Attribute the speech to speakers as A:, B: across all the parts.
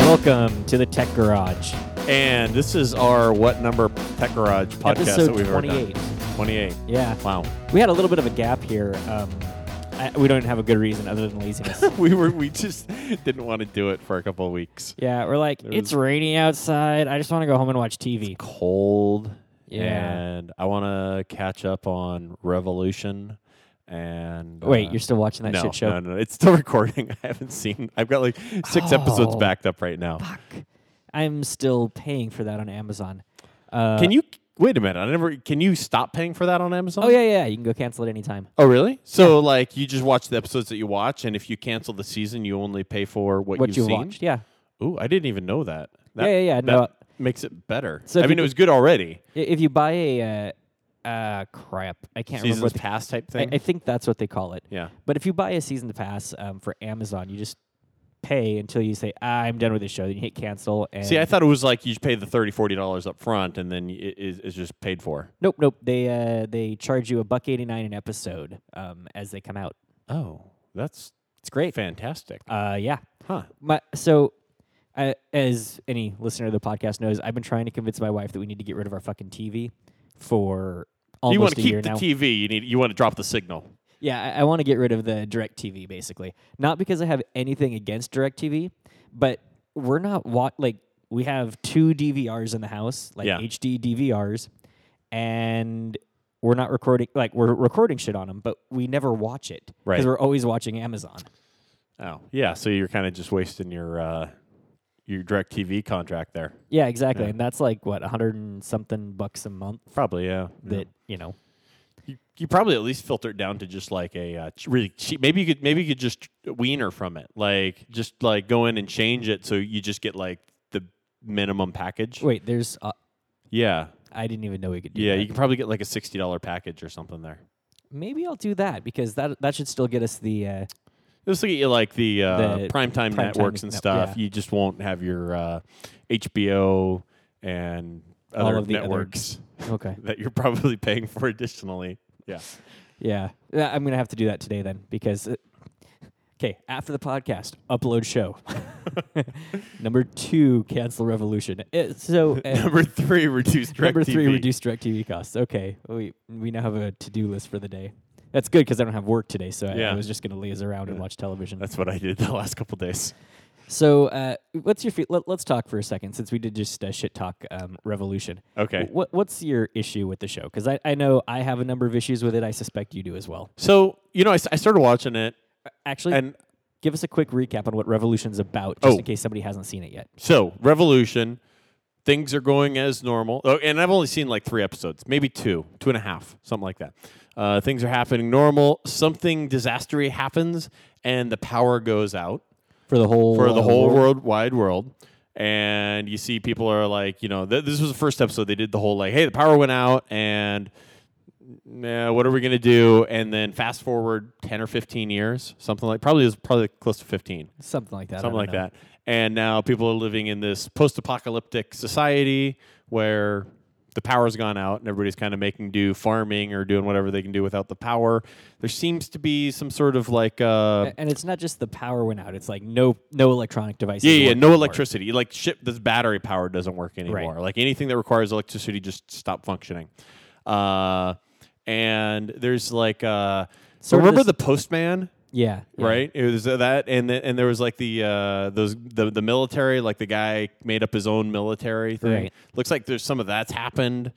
A: Welcome to the Tech Garage,
B: And this is our What Number Tech Garage podcast that
A: episode
B: we've ever done.
A: 28.
B: 28.
A: Yeah,
B: Wow.
A: we had a little bit of a gap here. Um, I, we don't have a good reason other than laziness.
B: We were we just didn't want to do it for a couple of weeks.
A: yeah, we're like,
B: There
A: it's
B: was-
A: raining outside. I just want to go home and watch TV.
B: Cold.
A: Yeah.
B: And I want to catch up on Revolution and
A: Wait,
B: uh,
A: you're still watching that
B: no,
A: shit show?
B: No, no, it's still recording. I haven't seen. I've got like six episodes
A: Oh.
B: backed up right now.
A: Fuck. I'm still paying for that on Amazon. Uh,
B: Can you wait a minute? I never. Can you stop paying for that on Amazon?
A: Oh yeah, yeah. You can go cancel it anytime.
B: Oh really? So like you just watch the episodes that you watch, and if you cancel the season, you only pay for what,
A: What
B: you've
A: you
B: seen?
A: watched? Yeah.
B: Ooh, I didn't even know that. that
A: Yeah, yeah, yeah,
B: That
A: no.
B: makes it better.
A: So
B: I
A: if
B: mean,
A: you-
B: it was good already.
A: I- If you buy a uh, uh, crap, I can't remember.
B: Seasons
A: What the,
B: pass type
A: I,
B: thing.
A: I think that's what they call it.
B: yeah.
A: But if you buy a season pass um, for Amazon, you just pay until you say, ah, "I'm done with this show." Then you hit cancel. And
B: See, I thought it was like you pay the $30, 40 dollars up front, and then it, it- it's just paid for.
A: nope, nope. They uh, they charge you a buck eighty nine an episode um, as they come out.
B: Oh, that's
A: It's great.
B: fantastic.
A: Uh, yeah.
B: huh?
A: My so. Uh, as any listener of the podcast knows, I've been trying to convince my wife that we need to get rid of our fucking TV for almost
B: You want
A: a
B: to
A: year
B: keep the
A: now.
B: TV? You need. You want to drop the signal?
A: Yeah, I, I want to get rid of the direct TV basically. Not because I have anything against direct TV, but we're not wa- like we have two DVRs in the house, like
B: Yeah.
A: HD DVRs, and we're not recording like we're recording shit on them, but we never watch it because
B: Right.
A: we're always watching Amazon.
B: Oh, yeah. So you're kind of just wasting your uh, your direct TV contract there.
A: Yeah, exactly. And that's like what a hundred and something bucks a month
B: Probably, yeah. yeah.
A: that you know.
B: You, you probably at least filter it down to just like a uh, ch- really cheap. Maybe you could maybe you could just wiener from it, like just like go in and change it so you just get like the minimum package.
A: Wait, there's uh,
B: Yeah,
A: I didn't even know we could do
B: yeah.
A: that.
B: You can probably get like a sixty dollar package or something there.
A: Maybe I'll do that because that that should still get us the. Uh,
B: This will get you like the, uh,
A: The
B: primetime
A: primetime
B: networks and
A: net-
B: stuff.
A: yeah.
B: You just won't have your uh, HBO and
A: All
B: other
A: of the other-
B: networks
A: okay.
B: that you're probably paying for additionally. Yeah.
A: Yeah. Yeah, I'm going to have to do that today then because uh, okay, after the podcast, upload show. Number 2, cancel revolution. Uh, so uh,
B: Number three, reduce direct
A: number 3, reduce direct TV costs. Okay. We we now have a to-do list for the day. That's good cuz I don't have work today, so I- I,
B: Yeah.
A: was just going to laze around and watch television.
B: That's what I did the last couple days.
A: so, uh, what's your fe- let, let's talk for a second since we did just uh, shit talk um, revolution.
B: Okay.
A: What what's your issue with the show? Cuz I, I know I have a number of issues with it. I suspect you do as well. Uh,
B: So you know, I, s- I started watching it,
A: Actually,
B: and
A: give us a quick recap on what Revolution's about, just
B: Oh.
A: in case somebody hasn't seen it yet.
B: so Revolution, things are going as normal. Oh, and I've only seen like three episodes, maybe two, two and a half, something like that. Uh, things are happening normal. Something disastery happens, and the power goes out.
A: For the whole
B: for the whole world wide world. And you see people are like, you know, th- this was the first episode. They did the whole like, hey, the power went out, and nah, what are we gonna do? And then fast forward ten or fifteen years, something like probably is probably close to fifteen,
A: something like that. I
B: something
A: don't
B: like
A: know.
B: that. And now people are living in this post-apocalyptic society where the power's gone out, and everybody's kind of making do farming or doing whatever they can do without the power. There seems to be some sort of like uh,
A: A- And it's not just the power went out; it's like no no electronic devices.
B: Yeah, yeah,
A: work
B: no
A: anymore.
B: electricity. Like ship, this battery power doesn't work anymore. Like anything that requires electricity just stopped functioning. Uh, and there's like uh, so
A: Sort of
B: remember
A: this-
B: the postman,
A: Yeah, yeah.
B: right? It was that, and the, and there was like the uh, those the the military. Like the guy made up his own military thing.
A: Right.
B: Looks like there's some of that's happened.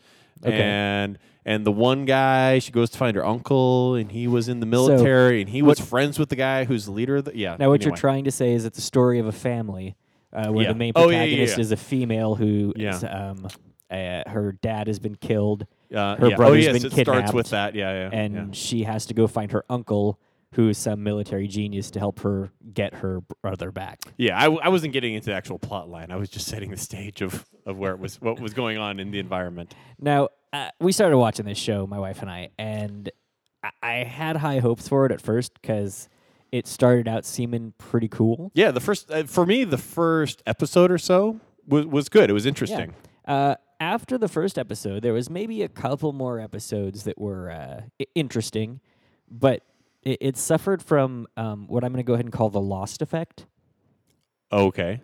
A: Okay.
B: And and the one guy, she goes to find her uncle, and he was in the military, and he was friends with the guy who's the leader. Of the, yeah.
A: Now, what you're
B: anyway.
A: trying to say is it's a story of a family uh, where
B: Yeah.
A: the main
B: Oh, yeah, yeah,
A: protagonist
B: yeah.
A: is a female who
B: Yeah.
A: is, um, uh, her dad has been killed,
B: Uh,
A: her
B: yeah.
A: brother's
B: oh, yes,
A: been
B: it starts with that. Yeah, yeah.
A: and
B: yeah.
A: she has to go find her uncle, who is some military genius, to help her get her brother back.
B: Yeah, I, w- I wasn't getting into the actual plot line. I was just setting the stage of, of where it was, what was going on in the environment.
A: Now, uh, we started watching this show, my wife and I, and I, I had high hopes for it at first because it started out seeming pretty cool.
B: Yeah, the first uh, for me, the first episode or so was was good. It was interesting.
A: Uh, after the first episode, there was maybe a couple more episodes that were uh, I- interesting, but it, it suffered from um, what I'm going to go ahead and call the lost effect.
B: Okay,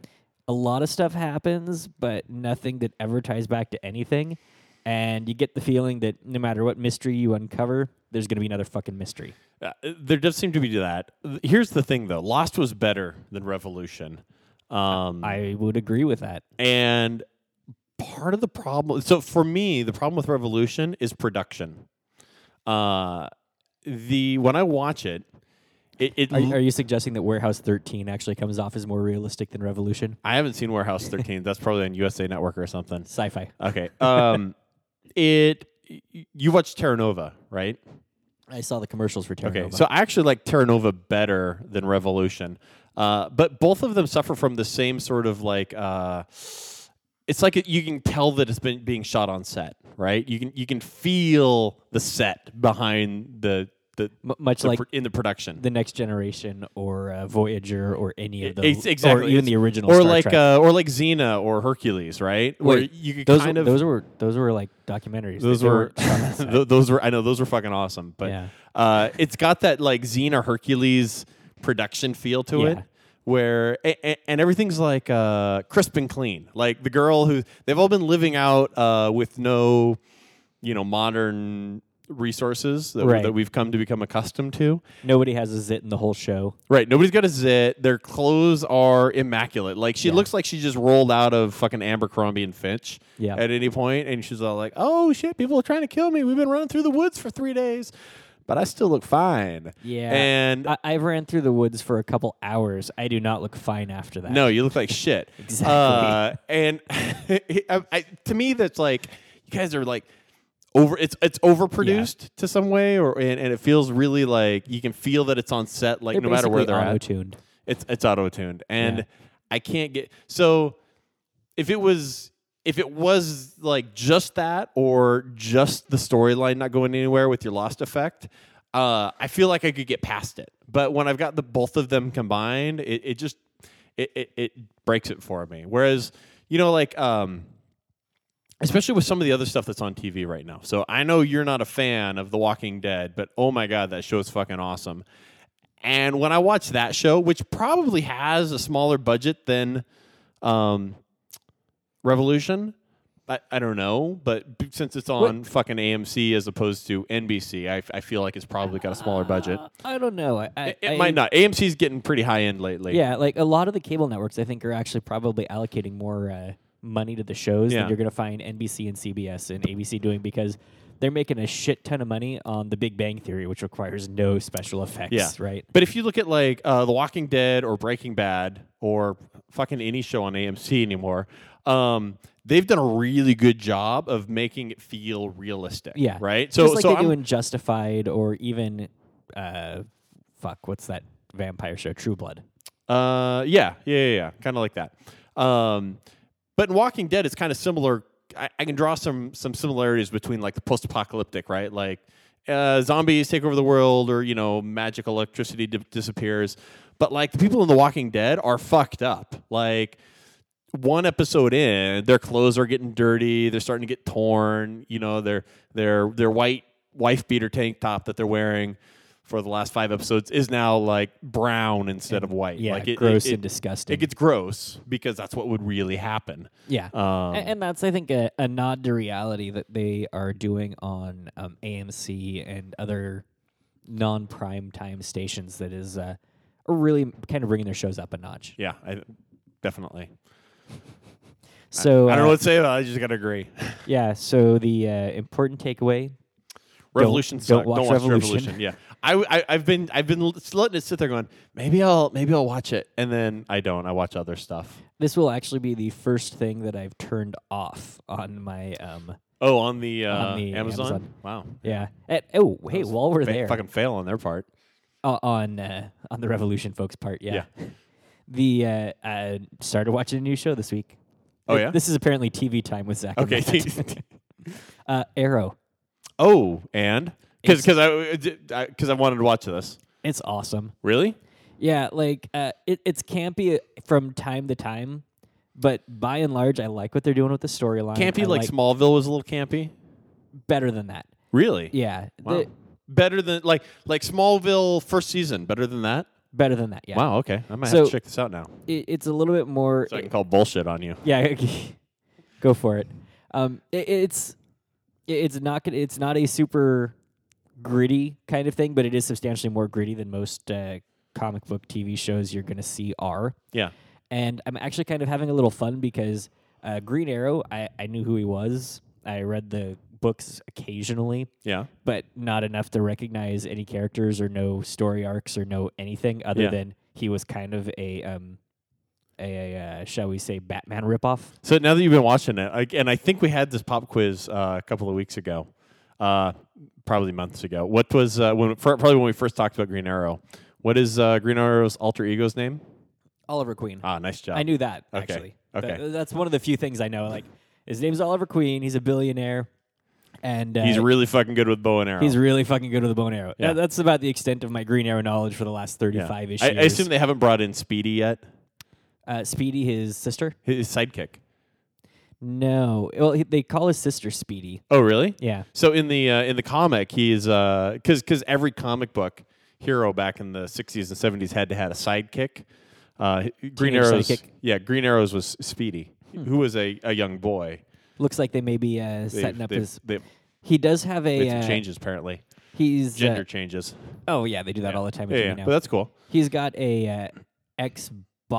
A: a lot of stuff happens, but nothing that ever ties back to anything. And you get the feeling that no matter what mystery you uncover, there's going to be another fucking mystery.
B: Uh, there does seem to be that. Th- Here's the thing, though. Lost was better than Revolution. Um,
A: I would agree with that.
B: and part of the problem so for me the problem with revolution is production uh the when i watch it it, it
A: Are, are you suggesting that Warehouse 13 actually comes off as more realistic than Revolution?
B: i haven't seen warehouse 13 that's probably on usa network or something
A: Sci fi.
B: okay um it y- you watched terra nova right
A: I saw the commercials for Terra
B: Okay,
A: Nova.
B: so I actually like Terra Nova better than Revolution, uh, but both of them suffer from the same sort of like. Uh, it's like it, you can tell that it's been being shot on set, right? You can you can feel the set behind the the,
A: M- much
B: the
A: like
B: pr- in the production.
A: the Next Generation or uh, Voyager or any of those,
B: E, Ex- exactly,
A: or even
B: it's-
A: the original,
B: or
A: Star
B: like
A: Trek.
B: Uh, or like Xena or Hercules, right? Where
A: Wait,
B: you could
A: those
B: kind
A: were,
B: of
A: those were those were like documentaries.
B: those
A: They
B: were
A: weren't shot on set.
B: th- those were I know those were fucking awesome, but
A: Yeah.
B: uh, it's got that like Xena Hercules production feel to it.
A: Yeah.
B: Where a- a- and everything's like uh, crisp and clean. Like the girl who they've all been living out uh, with no, you know, modern resources that,
A: Right.
B: that we've come to become accustomed to.
A: Nobody has a zit in the whole show.
B: Right. Nobody's got a zit. Their clothes are immaculate. Like she looks like she just rolled out of fucking Abercrombie and Finch
A: Yeah.
B: at any point, and she's all like, "Oh shit, people are trying to kill me. We've been running through the woods for three days, but I still look fine."
A: Yeah.
B: And
A: I, I ran through the woods for a couple hours. I do not look fine after that.
B: no, you look like shit.
A: Exactly.
B: Uh, and I, I, to me, that's like you guys are like over. It's it's overproduced to some way, or and, and it feels really like you can feel that it's on set. Like
A: They're
B: no matter where
A: basically
B: they're at,
A: auto-tuned.
B: It's it's auto tuned, and
A: Yeah.
B: I can't get so. If it was if it was like just that or just the storyline not going anywhere with your lost effect, uh, I feel like I could get past it. But when I've got the both of them combined, it, it just it, it it breaks it for me. Whereas you know like um. Especially with some of the other stuff that's on TV right now. So I know you're not a fan of The Walking Dead, but oh my God, that show's fucking awesome. And when I watch that show, which probably has a smaller budget than um, Revolution, I, I don't know, but b- since it's on fucking AMC as opposed to NBC, I, f- I feel like it's probably got a smaller budget.
A: Uh, I don't know. I, I,
B: It, it
A: I-
B: might not. AMC's getting pretty high end lately.
A: Yeah, like a lot of the cable networks, I think, are actually probably allocating more uh, money to the shows
B: Yeah.
A: than you're going to find NBC and CBS and ABC doing because they're making a shit ton of money on The Big Bang Theory, which requires no special effects.
B: Yeah.
A: Right.
B: But if you look at like uh, The Walking Dead or Breaking Bad or fucking any show on AMC anymore, um, they've done a really good job of making it feel realistic.
A: Yeah.
B: Right.
A: Just like
B: so
A: they
B: I'm-
A: do in Justified or even, uh, fuck, what's that vampire show? True Blood.
B: Uh, yeah, yeah, yeah, yeah. kind of like that. Um, but in Walking Dead, it's kind of similar. I, I can draw some some similarities between like the post-apocalyptic, right? Like uh, zombies take over the world, or you know, magic electricity di- disappears. But like the people in The Walking Dead are fucked up. Like one episode in, their clothes are getting dirty. They're starting to get torn. You know, their their their white wife beater tank top that they're wearing for the last five episodes is now like brown instead of white.
A: Yeah,
B: like it,
A: gross
B: it,
A: and
B: it,
A: disgusting.
B: it gets gross because that's what would really happen.
A: yeah.
B: Um,
A: A- and that's, I think, a, a nod to reality that they are doing on um, AMC and other non prime time stations that is uh, are really kind of bringing their shows up a notch.
B: yeah, I, definitely.
A: So
B: I don't know
A: uh,
B: what to say about. it. I just gotta agree.
A: yeah. So the uh, important takeaway.
B: Revolution
A: don't
B: sucked.
A: watch Revolution.
B: Yeah, I, I I've been I've been l- letting it sit there going maybe I'll maybe I'll watch it and then I don't. I watch other stuff.
A: This will actually be the first thing that I've turned off on my. Um,
B: Oh, on the, uh,
A: On the
B: Amazon?
A: Amazon.
B: Wow.
A: yeah. At, oh, hey,
B: was
A: while we're
B: Fa-
A: there,
B: Fucking fail on their part.
A: uh, on uh, on the Revolution folks part. Yeah.
B: Yeah.
A: The uh, uh, started watching a new show this week.
B: Oh,
A: Th-
B: yeah?
A: This is apparently TV time with Zach. and
B: Okay.
A: Matt. uh, Arrow.
B: oh, and because because I because I wanted to watch this.
A: It's awesome.
B: Really?
A: Yeah, like uh, it, it's campy from time to time, but by and large, I like what they're doing with the storyline.
B: Campy
A: I
B: like, Smallville was a little campy.
A: better than that.
B: Really?
A: Yeah.
B: Wow.
A: The-
B: better than like like Smallville first season. Better than that.
A: Better than that, yeah.
B: Wow. Okay. I might have
A: So-
B: to check this out now,
A: It, it's a little bit more.
B: so I can call bullshit on you.
A: yeah, go for it. Um, it, it's it- it's not gonna, it's not a super gritty kind of thing, but it is substantially more gritty than most uh, comic book TV shows you're gonna see are.
B: Yeah.
A: and I'm actually kind of having a little fun because uh, Green Arrow, I, I knew who he was. I read the books occasionally,
B: Yeah.
A: but not enough to recognize any characters or no story arcs or no anything other
B: Yeah.
A: than he was kind of a um a, a uh, shall we say Batman ripoff.
B: So now that you've been watching it, like, and I think we had this pop quiz uh, a couple of weeks ago, uh, probably months ago. What was uh, when fir- probably when we first talked about Green Arrow? What is uh, Green Arrow's alter ego's name?
A: Oliver Queen.
B: Ah, nice job.
A: I knew that
B: Okay.
A: actually.
B: Okay.
A: Th- that's one of the few things I know. Like his name's Oliver Queen. He's a billionaire, and uh,
B: he's really fucking good with bow and arrow.
A: he's really fucking good with a bone arrow.
B: Yeah.
A: Yeah. That's about the extent of my Green Arrow knowledge for the last
B: Yeah.
A: thirty-five
B: I,
A: issues.
B: I assume they haven't brought in Speedy yet.
A: uh, Speedy, his sister.
B: His sidekick.
A: No, well he, they call his sister Speedy.
B: Oh, really?
A: Yeah.
B: So in the uh, in the comic, he's because because every comic book hero back in the '60s and '70s had to had a sidekick. Uh, Green
A: Teenage
B: Arrows,
A: sidekick. Hmm.
B: yeah, Green Arrows was Speedy, who was a, a young boy.
A: Looks like they may be uh, setting up
B: they've,
A: his.
B: they've
A: He does have a.
B: made some
A: uh,
B: changes apparently,
A: He's uh,
B: gender changes.
A: oh yeah, they do that all the time. in
B: Yeah,
A: TV
B: yeah,
A: now.
B: but that's cool.
A: He's got a uh, ex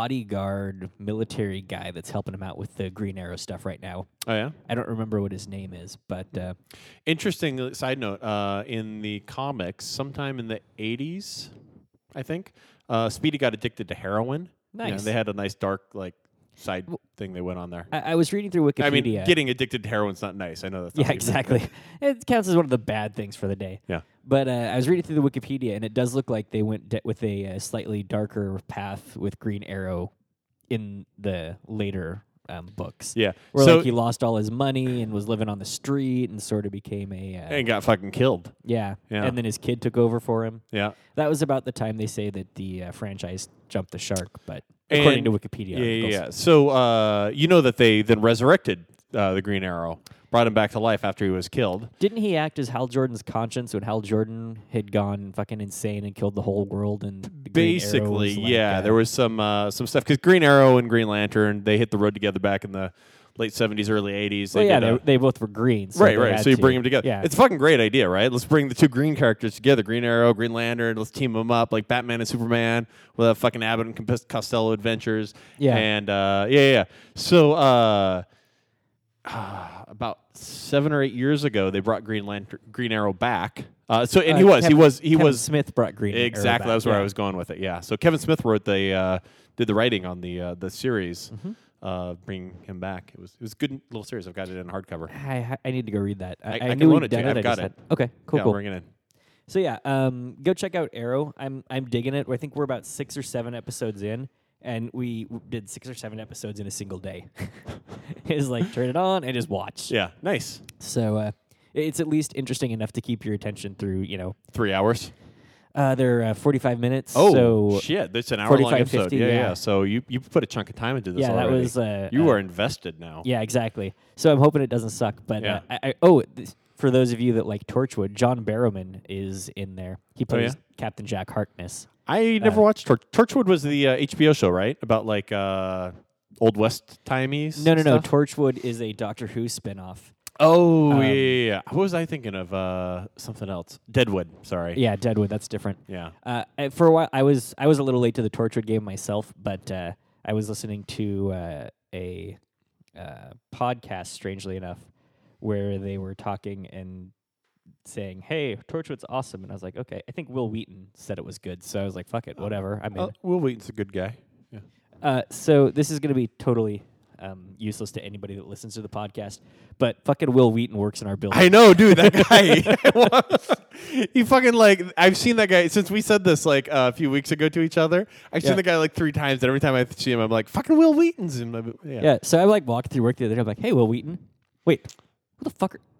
A: bodyguard military guy that's helping him out with the Green Arrow stuff right now.
B: Oh yeah.
A: I don't remember what his name is, but uh,
B: Interesting uh, side note uh, in the comics, sometime in the 80s, I think, uh, Speedy got addicted to heroin. Yeah,
A: Nice.
B: they had a nice dark, like, side thing they went on there.
A: I-, I was reading through Wikipedia.
B: I mean, getting addicted to heroin's not nice. I know that's not
A: yeah,
B: what you meant.
A: exactly. it counts as one of the bad things for the day.
B: Yeah.
A: But uh, I was reading through the Wikipedia, and it does look like they went de- with a uh, slightly darker path with Green Arrow in the later um, books.
B: Yeah.
A: Where
B: so,
A: like he lost all his money and was living on the street and sort of became a uh,
B: and got fucking killed.
A: yeah.
B: Yeah.
A: and then his kid took over for him.
B: Yeah.
A: That was about the time they say that the uh, franchise jumped the shark, but according to
B: And-
A: Wikipedia,
B: Yeah, yeah,
A: articles.
B: yeah. So, uh, you know that they then resurrected uh, the Green Arrow, brought him back to life after he was killed.
A: Didn't he act as Hal Jordan's conscience when Hal Jordan had gone fucking insane and killed the whole world? And the Green Arrow
B: basically
A: was like,
B: yeah
A: uh,
B: there was some uh, some stuff because green arrow and green lantern they hit the road together back in the late 70s early 80s
A: Well, yeah,
B: did
A: they,
B: a-
A: they both were green. So
B: right
A: they
B: right
A: had
B: so you
A: to-
B: bring them together
A: Yeah,
B: it's a fucking great idea right let's bring the two green characters together green arrow green lantern let's team them up like batman and superman we'll have fucking abbott and Compos- costello adventures
A: Yeah.
B: and uh, yeah yeah yeah. so uh about seven or eight years ago, they brought Green Lantern, Green Arrow back. Uh, so, and
A: Uh,
B: he was,
A: Kevin-
B: he was, he
A: Kevin
B: was
A: Smith brought green. Arrow
B: Exactly.
A: back,
B: That's where
A: yeah.
B: I was going with it. Yeah. So Kevin Smith wrote the uh, did the writing on the uh, the series,
A: Mm-hmm.
B: uh, bringing him back. It was it was a good little series. I've got it in hardcover.
A: I, I need to go read that. I,
B: I can
A: knew
B: loan
A: we'd
B: it to
A: done
B: you. I've
A: I
B: got
A: just
B: it.
A: had- Okay, cool,
B: yeah,
A: cool.
B: I'm bringing it.
A: So yeah, um, go check out Arrow. I'm I'm digging it. I think we're about six or seven episodes in, and we w- did six or seven episodes in a single day. it's like turn it on and just watch.
B: Yeah. Nice.
A: So uh, it's at least interesting enough to keep your attention through. You know,
B: Three hours.
A: uh, they're uh, 45 minutes.
B: Oh
A: so
B: shit! That's an hour long
A: 45,
B: episode.
A: 50,
B: yeah, yeah,
A: yeah.
B: So you you put a chunk of time into this.
A: Yeah, that
B: already.
A: was, uh,
B: you
A: uh,
B: are invested now.
A: yeah, exactly. So I'm hoping it doesn't suck. But
B: Yeah.
A: uh, I, I, oh, th- for those of you that like Torchwood, John Barrowman is in there. He plays
B: Oh, yeah?
A: Captain Jack Harkness.
B: I
A: Uh,
B: never watched Torch- Torchwood. Was the uh, HBO show right about like uh, old west timeies?
A: No, no, no.
B: stuff?
A: Torchwood is a Doctor Who spinoff.
B: oh
A: Um,
B: yeah, yeah, yeah. What was I thinking of? Uh, something else. Deadwood. Sorry.
A: Yeah, Deadwood. That's different.
B: Yeah.
A: Uh, I- for a while, I was I was a little late to the Torchwood game myself, but uh, I was listening to uh, a uh, podcast, strangely enough, where they were talking and saying, "Hey, Torchwood's awesome," and I was like, "Okay." I think Will Wheaton said it was good, so I was like, "Fuck it, whatever." I'm in.
B: Uh, Will Wheaton's a good guy. Yeah.
A: Uh, so this is going to be totally um, useless to anybody that listens to the podcast, but fucking Will Wheaton works in our building.
B: I know, dude. That guy, he fucking like. I've seen that guy since we said this like uh, a few weeks ago to each other. I've
A: Yeah.
B: seen the guy like three times, and every time I see him, I'm like, "Fucking Will Wheaton's." In my, yeah.
A: Yeah. So I like walked through work the other day. I'm like, hey, Will Wheaton. Wait, who the fuck? Are...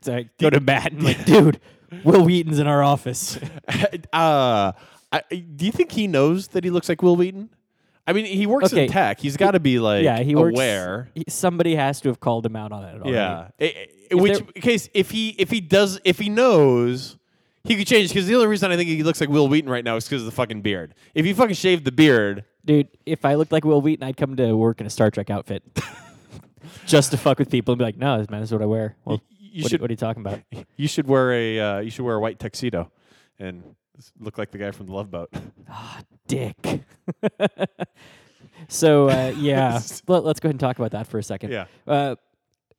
A: So I go to Matt and I'm like, dude, Will Wheaton's in our office.
B: uh, I, do you think he knows that he looks like Will Wheaton? I mean, he works
A: Okay.
B: in tech. He's got to be like,
A: yeah, he works.
B: aware.
A: he- somebody has to have called him out on it. Already.
B: Yeah. I- I- which
A: there-
B: case, if he if he does if he knows, He could change because the only reason I think he looks like Will Wheaton right now is because of the fucking beard. If he fucking shaved the beard,
A: Dude, if I looked like Will Wheaton, I'd come to work in a Star Trek outfit just to fuck with people and be like, no, man, this is what I wear. Well,
B: you
A: what,
B: should-
A: what are you talking about?
B: you should wear a uh, you should wear a white tuxedo and look like the guy from the Love Boat.
A: Dick. so, uh, yeah, let, us go ahead and talk about that for a second.
B: Yeah.
A: Uh,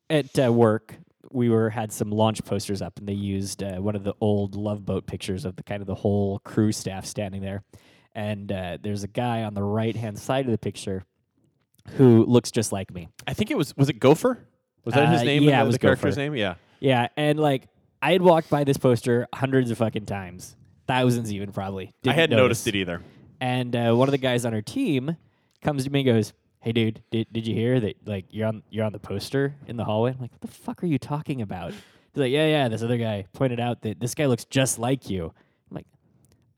A: at uh, work, we were had some launch posters up, and they used uh, one of the old Love Boat pictures of the kind of the whole crew staff standing there. And uh, there's a guy on the right hand side of the picture who looks just like me.
B: I think it was was it Gopher? Was that his
A: Uh,
B: name?
A: yeah,
B: the,
A: it was
B: the character's
A: Gopher.
B: name. Yeah.
A: Yeah, and like I had walked by this poster hundreds of fucking times, thousands even probably.
B: I
A: Didn't
B: hadn't
A: notice.
B: noticed it either.
A: And uh, one of the guys on our team comes to me and goes, "Hey, dude, did, did you hear that? Like you're on you're on the poster in the hallway." I'm like, "What the fuck are you talking about?" He's like, "Yeah, yeah." This other guy pointed out that this guy looks just like you. I'm like,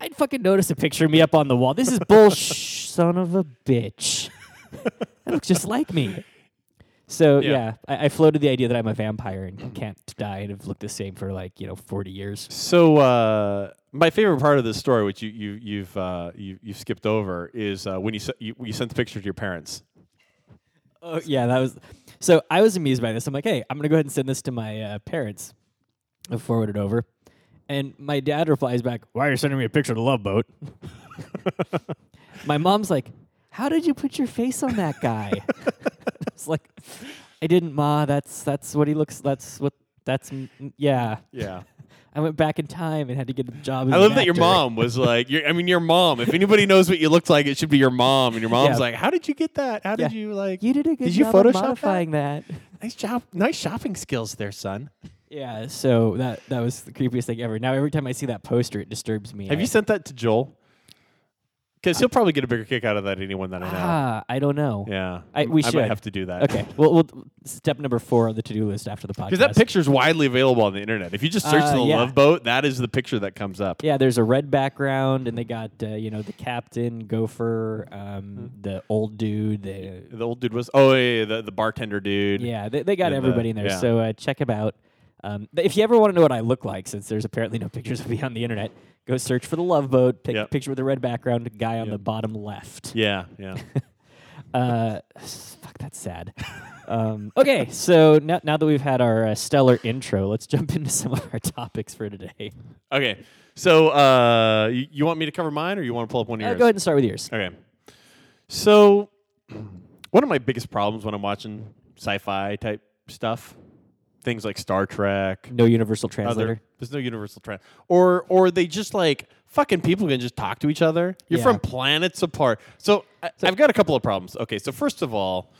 A: I'd fucking notice a picture of me up on the wall. This is bullsh, son of a bitch. that looks just like me. So yeah,
B: Yeah.
A: I, I floated the idea that I'm a vampire and can't die and have looked the same for like you know 40 years.
B: So uh, my favorite part of this story, which you you you've uh, you, you've skipped over, is uh, when you, se- you you sent the picture to your parents.
A: Oh yeah, that was. So I was amused by this. I'm like, hey, I'm gonna go ahead and send this to my uh, parents. I forward it over, and my dad replies back, "Why are you sending me a picture of the Love Boat?" my mom's like, "How did you put your face on that guy?" it's like, I didn't, ma. That's that's what he looks. That's what. That's m- m- yeah.
B: Yeah.
A: I went back in time and had to get a job. As
B: I
A: an
B: love that your
A: actor.
B: mom was like, your- I mean, your mom. If anybody knows what you looked like, it should be your mom. And your mom's
A: Yeah.
B: like, How did you get that? How did
A: Yeah.
B: you like?
A: You did a good
B: Did you
A: job of
B: Photoshop that?
A: modifying that?
B: nice job, nice shopping skills there, son.
A: Yeah, so that that was the creepiest thing ever. Now every time I see that poster, it disturbs me.
B: Have
A: I-
B: you sent that to Joel? Because he'll probably get a bigger kick out of that than anyone that I know.
A: Ah, I don't know.
B: uh, yeah,
A: I- we
B: I
A: should.
B: might have to do that.
A: Okay. well, well, step number four on the to-do list after the podcast.
B: Because that picture's widely available on the internet. If you just search
A: Uh,
B: the
A: yeah.
B: Love Boat, that is the picture that comes up.
A: yeah, there's a red background, and they got uh, you know the captain, Gopher, um, the old dude. The,
B: The old Hmm. dude was oh yeah, yeah, the, the bartender dude.
A: yeah, they, they got
B: And the-
A: everybody in there.
B: yeah.
A: So uh, check them out. Um, th- if you ever want to know what I look like, since there's apparently no pictures of me on the internet, go search for the Love Boat. Pick
B: Yep.
A: picture with the red background, guy on
B: Yep.
A: the bottom left.
B: yeah, yeah.
A: Uh, s- fuck, that's sad. um, okay, so now, now that we've had our uh, stellar intro, let's jump into some of our topics for today. Uh,
B: okay, so uh, you, you want me to cover mine, or you want to pull up one of
A: Uh,
B: yours?
A: go ahead and start with yours.
B: Okay. So, one of my biggest problems when I'm watching sci-fi type stuff, things like Star Trek,
A: No universal
B: other-
A: translator.
B: there's no universal trend, or or they just like fucking people can just talk to each other. You're
A: Yeah.
B: from planets apart. So, I, I've got a couple of problems. Okay, so first of all.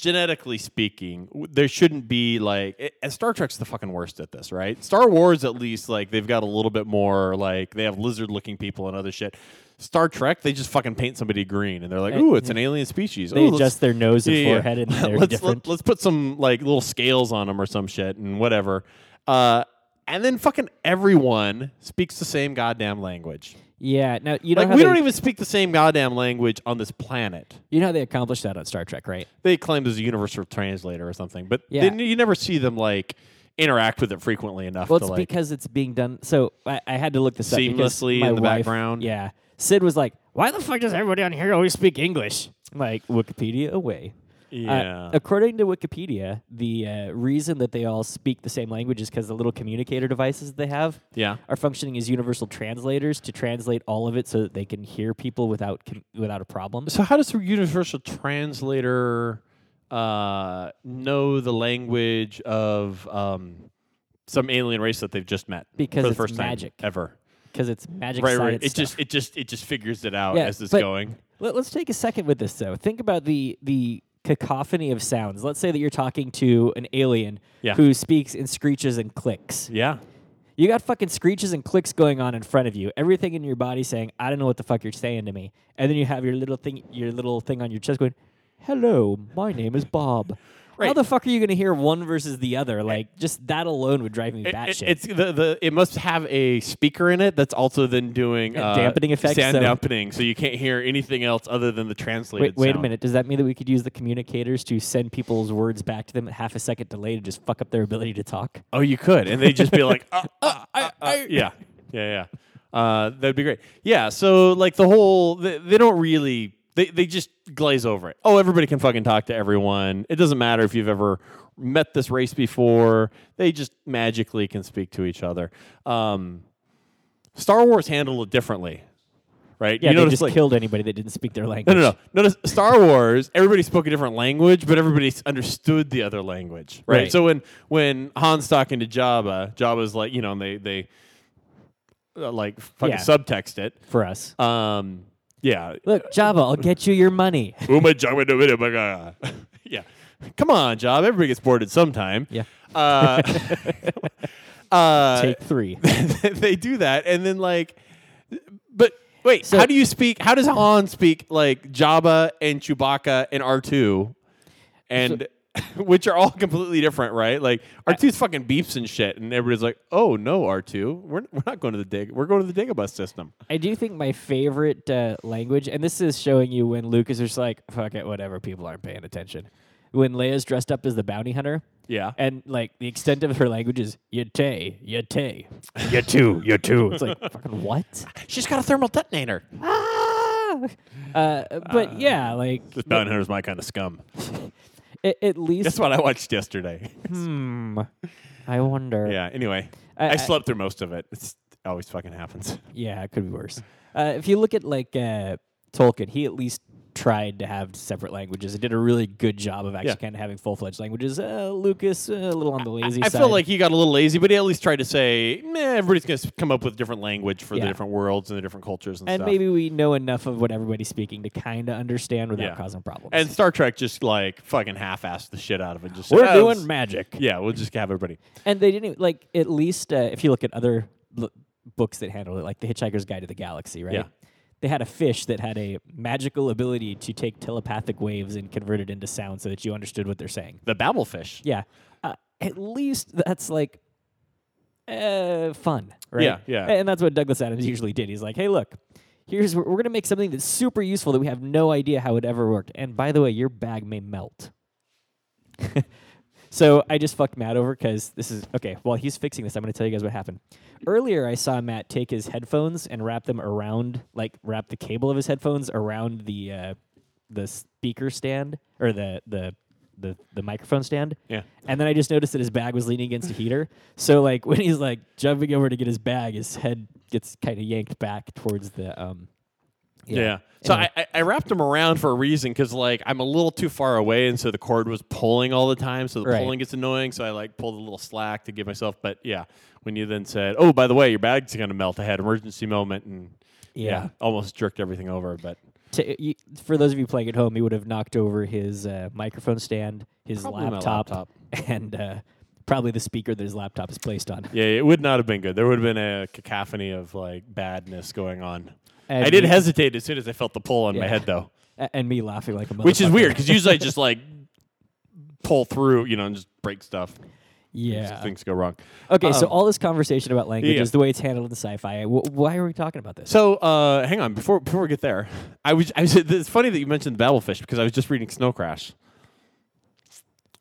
B: Genetically speaking, w- there shouldn't be like a- and Star Trek's the fucking worst at this, right? Star Wars at least like they've got a little bit more like they have lizard looking people and other shit. Star Trek they just fucking paint somebody green and they're like,
A: They-
B: ooh, it's an alien species.
A: Eh, They
B: Ooh, let's-
A: adjust their nose and
B: yeah, yeah.
A: forehead, and they're
B: let's,
A: different.
B: Let, us put some like little scales on them or some shit and whatever. Uh, and then fucking everyone speaks the same goddamn language.
A: yeah. Now you know
B: Like
A: how
B: we
A: they,
B: don't even speak the same goddamn language on this planet.
A: you know how they accomplished that on Star Trek, right?
B: They claim there's a universal translator or something, but
A: Yeah.
B: then you never see them like interact with it frequently enough
A: Well,
B: to
A: it's
B: like.
A: because it's being done. So I, I had to look this up because
B: Seamlessly
A: my
B: in the
A: wife-
B: background.
A: Yeah. Sid was like, "Why the fuck does everybody on here always speak English?" I'm like Wikipedia away. Uh,
B: Yeah.
A: according to Wikipedia, the uh, reason that they all speak the same language is because the little communicator devices that they have
B: Yeah.
A: are functioning as universal translators to translate all of it so that they can hear people without com- without a problem.
B: so how does the universal translator uh, know the language of um, some alien race that they've just met
A: Because
B: for the
A: it's
B: first time
A: magic.
B: ever?
A: because it's magic
B: right,
A: science
B: right. It
A: stuff.
B: just it just it just figures it out
A: Yeah,
B: as it's
A: but-
B: going.
A: Let, us take a second with this though. Think about the the cacophony of sounds. Let's say that you're talking to an alien
B: Yeah.
A: who speaks in screeches and clicks.
B: Yeah.
A: You got fucking screeches and clicks going on in front of you. Everything in your body saying, "I don't know what the fuck you're saying to me," and then you have your little thing, your little thing on your chest going, "Hello, my name is Bob." How
B: Right.
A: the fuck are you going to hear one versus the other? Like, just that alone would drive me
B: It,
A: batshit.
B: it- it's the, the it must have a speaker in it that's also then doing
A: A
B: uh,
A: dampening effect,
B: sound
A: so-
B: dampening, so you can't hear anything else other than the translated.
A: Wait, wait a
B: sound.
A: minute. Does that mean that we could use the communicators to send people's words back to them at half a second delay to just fuck up their ability to talk?
B: Oh, you could, and they'd just be like, uh, uh, uh, uh, yeah. yeah, yeah. Uh, that'd be great. Yeah, so like the whole they, they don't really they they just glaze over it. Oh, everybody can fucking talk to everyone. It doesn't matter if you've ever met this race before. They just magically can speak to each other. Um, Star Wars handled it differently, right?
A: Yeah,
B: you
A: they
B: notice,
A: just
B: like,
A: killed anybody that didn't speak their
B: No,
A: language.
B: no, no. Notice Star Wars. Everybody spoke a different language, but everybody s- understood the other language, right?
A: Right.
B: So when when Han's talking to Jabba, Jabba's like, you know, and they they uh, like fucking
A: Yeah.
B: subtext it.
A: For us,
B: Um, yeah.
A: look, Java, I'll get you your money.
B: Uma Jabba da Vida Baga. yeah. Come on, Jabba. Everybody gets bored at some time.
A: Yeah.
B: Uh, uh,
A: Take three.
B: they do that, and then like, but wait,
A: So-
B: how do you speak? How does Han speak like Jabba and Chewbacca and R two, and which are all completely different, right? Like R 2s fucking beeps and shit, and everybody's like, "Oh no, R two, we're we're not going to the dig, we're going to the Digabus system."
A: I do think my favorite uh, language, and this is showing you when Luke is just like, fuck it, whatever, people aren't paying attention. When Leia's dressed up as the bounty hunter,
B: Yeah,
A: and like the extent of her language is yate, yate.
C: You too, you too.
A: It's like, fucking what?
B: she's got a thermal detonator.
A: Ah! Uh, but yeah, like,
B: This bounty hunter's my kind of scum.
A: a- at least.
B: That's what I watched yesterday.
A: Hmm. I wonder.
B: yeah. Anyway,
A: I-
B: I,
A: I-
B: slept through most of it. It's always fucking happens.
A: Yeah, it could be worse. Uh, if you look at like uh, Tolkien, he at least tried to have separate languages. It did a really good job of actually
B: Yeah.
A: kind of having full fledged languages. Uh, Lucas, uh, a little on the lazy
B: I
A: side.
B: feel like he got a little lazy, but he at least tried to say, "Meh, everybody's going to come up with different language for
A: Yeah.
B: the different worlds and the different cultures and,
A: and
B: stuff."
A: maybe we know enough of what everybody's speaking to kind of understand without
B: Yeah.
A: causing problems.
B: and Star Trek just like fucking half-assed the shit out of it. Just
A: we're
B: "Oh,
A: doing
B: it's-
A: magic.
B: yeah, we'll just have everybody.
A: And they didn't like at least uh, if you look at other l- books that handle it, like The Hitchhiker's Guide to the Galaxy, right?
B: Yeah.
A: They had a fish that had a magical ability to take telepathic waves and convert it into sound so that you understood what they're saying.
B: The babblefish.
A: Yeah. Uh, at least that's like uh, fun, right?
B: Yeah, yeah.
A: A- And that's what Douglas Adams usually did. He's like, hey, look, here's we're, we're going to make something that's super useful that we have no idea how it ever worked. And by the way, your bag may melt. so I just fucked Matt over because this is okay. While he's fixing this, I'm going to tell you guys what happened. Earlier, I saw Matt take his headphones and wrap them around, like wrap the cable of his headphones around the uh, the speaker stand or the the the, the microphone stand.
B: Yeah.
A: And then I just noticed that his bag was leaning against a heater. So like when he's like jumping over to get his bag, his head gets kind of yanked back towards the um.
B: Yeah. So
A: Anyway.
B: I, I, I wrapped him around for a reason because like I'm a little too far away, and so the cord was pulling all the time, so the
A: Right.
B: pulling gets annoying. So I like pulled a little slack to give myself. But yeah, when you then said, "Oh, by the way, your bag's gonna melt," I had emergency moment and
A: Yeah.
B: almost jerked everything over. But
A: To, you, for those of you playing at home, he would have knocked over his uh, microphone stand, his
B: Probably my
A: laptop,
B: laptop.
A: and uh, probably the speaker that his laptop is placed on.
B: Yeah, it would not have been good. There would have been a cacophony of like badness going on.
A: And
B: I did
A: you-
B: hesitate as soon as I felt the pull on my
A: Yeah.
B: head, though,
A: A- and me laughing like a motherfucker.
B: which is weird because usually I just like pull through, you know, and just break stuff.
A: Yeah.
B: things go wrong.
A: Okay, so
B: Um,
A: all this conversation about language
B: yeah.
A: is the way it's handled in sci-fi. Wh- why are we talking about this?
B: So uh, hang on before before we get there, I was I was it's funny that you mentioned the babblefish because I was just reading Snow Crash,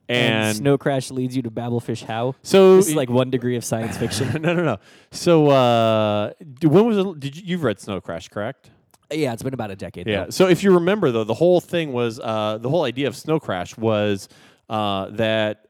B: and,
A: Snow Crash leads you to Babelfish How.
B: so
A: This is like one degree of science fiction.
B: no no no. So uh, d- when was it, did you you've read Snow Crash correct?
A: yeah, it's been about a decade.
B: Yeah.
A: though.
B: So if you remember, though, the whole thing was uh, the whole idea of Snow Crash was uh, that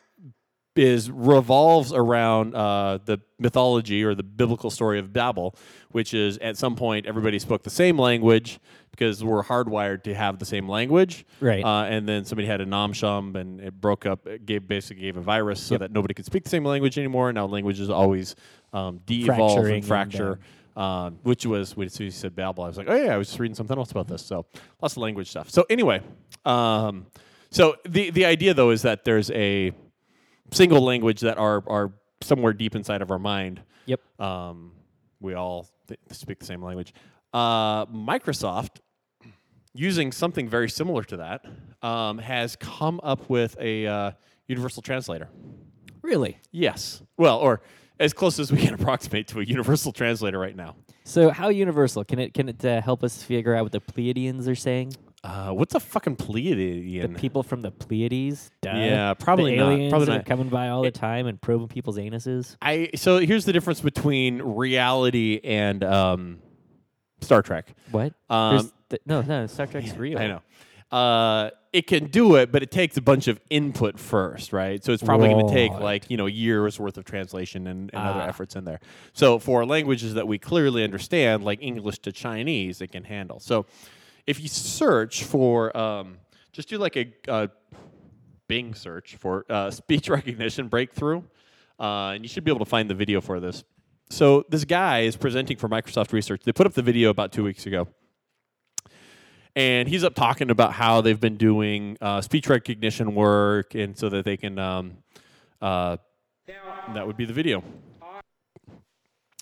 B: is revolves around uh, the mythology or the biblical story of Babel, which is at some point everybody spoke the same language because we're hardwired to have the same language.
A: Right.
B: Uh, and then somebody had a nom shum and it broke up. It gave basically gave a virus so that nobody could speak the same language anymore. Now language is always um, de-evolve
A: Fracturing and,
B: and fracture um, which was when you said Babel, I was like, oh yeah, I was just reading something else about this. So lots of language stuff. So anyway, um, so the the idea though is that there's a single language that are are somewhere deep inside of our mind.
A: Yep.
B: Um, we all th- speak the same language. Uh, Microsoft, using something very similar to that, um, has come up with a uh, universal translator.
A: Really?
B: Yes. Well, or as close as we can approximate to a universal translator right now.
A: So how universal can it can it uh, help us figure out what the Pleiadians are saying?
B: uh, what's a fucking Pleiadian?
A: People from the Pleiades, duh.
B: Yeah, probably
A: the
B: not.
A: aliens
B: Probably
A: that are
B: not.
A: coming by all the time and probing people's anuses.
B: I so here's the difference between reality and um, Star Trek.
A: What?
B: Um,
A: There's th- no, no, Star Trek's real.
B: I know. Uh, it can do it, but it takes a bunch of input first, right? So it's probably going to take
A: Right.
B: like you know years worth of translation and, and other
A: Ah.
B: efforts in there. So for languages that we clearly understand, like English to Chinese, it can handle. So if you search for, um, just do like a, a Bing search for uh, speech recognition breakthrough, uh, and you should be able to find the video for this. So this guy is presenting for Microsoft Research. They put up the video about two weeks ago and he's up talking about how they've been doing uh, speech recognition work and so that they can um, uh, that would be the video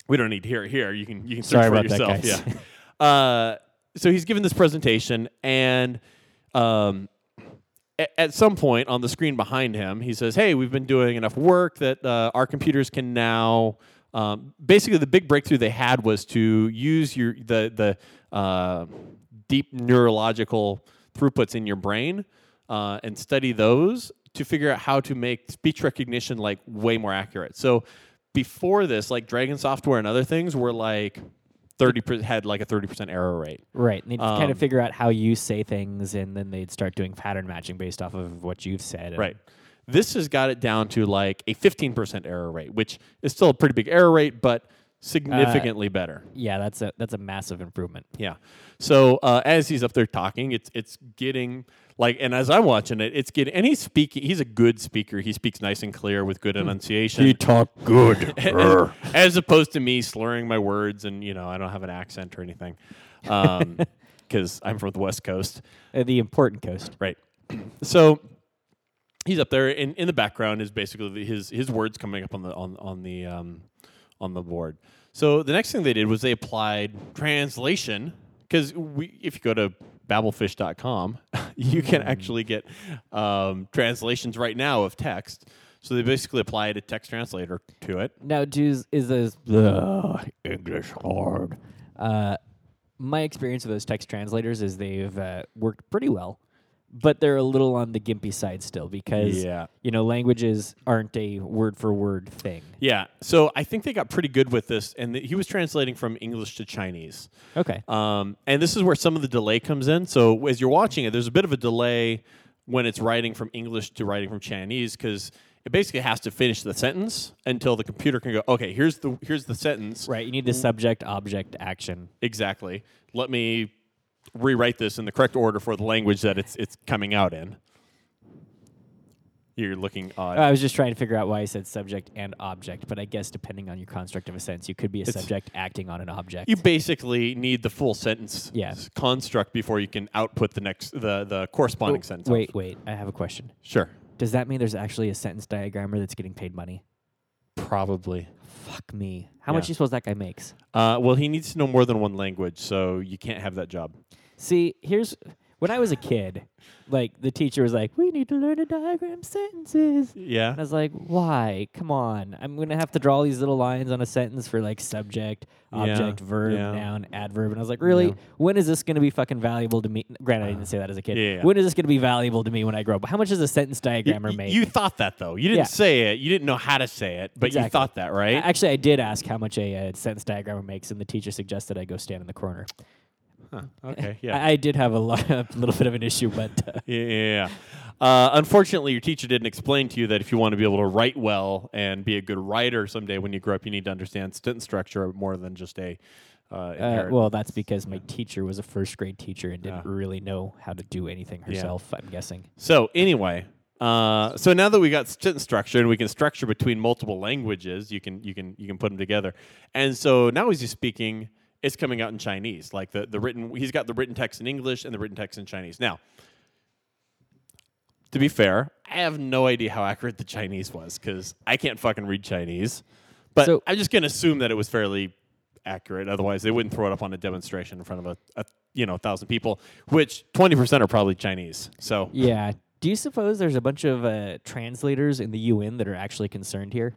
B: we don't need to hear it here you can you can search
A: Sorry
B: for
A: about that,
B: it yourself
A: guys.
B: yeah uh, so he's given this presentation and um, a- at some point on the screen behind him, he says, "Hey, we've been doing enough work that uh, our computers can now." Um, basically, the big breakthrough they had was to use your the the uh, deep neurological throughputs in your brain uh, and study those to figure out how to make speech recognition like way more accurate. So before this, like Dragon Software and other things were like thirty per- had like a thirty percent error rate.
A: Right. And they'd kind
B: Um,
A: of figure out how you say things, and then they'd start doing pattern matching based off of what you've said. and-
B: Right. This has got it down to like a 15% error rate, which is still a pretty big error rate, but significantly better.
A: Yeah, that's a that's a massive improvement.
B: Yeah. So uh, as he's up there talking, it's it's getting like, and as I'm watching it, it's getting, and he's speaking. He's a good speaker. He speaks nice and clear with good enunciation.
C: He talk good. Grr.
B: as opposed to me slurring my words and you know I don't have an accent or anything, because I'm from the West Coast.
A: Uh, the important coast.
B: Right. So he's up there, and in the background is basically the- his his words coming up on the on on the um, on the board. So the next thing they did was they applied translation because we if you go to babblefish.com, you can actually get um, translations right now of text. So they basically applied a text translator to it.
A: Now, Jews is this the
C: English hard.
A: uh, my experience with those text translators is they've uh, worked pretty well, but they're a little on the gimpy side still because
B: Yeah.
A: you know languages aren't a word for word thing.
B: Yeah. So I think they got pretty good with this, and th- he was translating from English to Chinese.
A: Okay.
B: Um, and this is where some of the delay comes in. So as you're watching it, there's a bit of a delay when it's writing from English to writing from Chinese because it basically has to finish the sentence until the computer can go, okay, here's the here's the sentence
A: right. You need the subject, object, action.
B: exactly. Let me rewrite this in the correct order for the language that it's it's coming out in. You're looking odd.
A: Oh, I was just trying to figure out why I said subject and object, but I guess depending on your construct of a sense, you could be a subject acting on an object.
B: you basically need the full sentence
A: Yeah.
B: construct before you can output the next the the corresponding sentence.
A: wait, wait. I have a question.
B: Sure.
A: Does that mean there's actually a sentence diagrammer that's getting paid money?
B: Probably.
A: Fuck me. How
B: Yeah.
A: much do you suppose that guy makes?
B: Uh, well, he needs to know more than one language, so you can't have that job.
A: See, here's when I was a kid, like the teacher was like, "We need to learn to diagram sentences." And I
B: Yeah.
A: was like, "Why? Come on! I'm gonna have to draw all these little lines on a sentence for like subject, object, verb,
B: yeah.
A: noun, adverb." And I was like, "Really? When is this gonna be fucking valuable to me?" Granted, I didn't say that as a kid.
B: yeah, yeah.
A: When is this gonna be valuable to me when I grow up? How much does a sentence diagrammer
B: you,
A: make?
B: you thought that though. You didn't
A: Yeah.
B: say it. You didn't know how to say it, but you
A: Exactly.
B: thought that, right?
A: Actually, I did ask how much a, uh sentence diagrammer makes, and the teacher suggested I go stand in the corner.
B: okay. Yeah.
A: I, I did have a, lot, a little bit of an issue, but uh,
B: yeah. yeah, yeah. Uh, unfortunately, your teacher didn't explain to you that if you want to be able to write well and be a good writer someday when you grow up, you need to understand sentence structure more than just a. Uh,
A: Uh,
B: inherit-
A: well, that's because my teacher was a first grade teacher and didn't really know how to do anything herself. I'm guessing.
B: So anyway, uh, so now that we got sentence structure and we can structure between multiple languages, you can you can you can put them together. And so now as he's speaking, it's coming out in Chinese, like the the written. He's got the written text in English and the written text in Chinese. Now, to be fair, I have no idea how accurate the Chinese was because I can't fucking read Chinese. But
A: So-
B: I'm just gonna assume that it was fairly accurate. Otherwise, they wouldn't throw it up on a demonstration in front of a, a you know thousand people, which twenty percent are probably Chinese. So
A: Yeah. Do you suppose there's a bunch of uh, translators in the UN that are actually concerned here?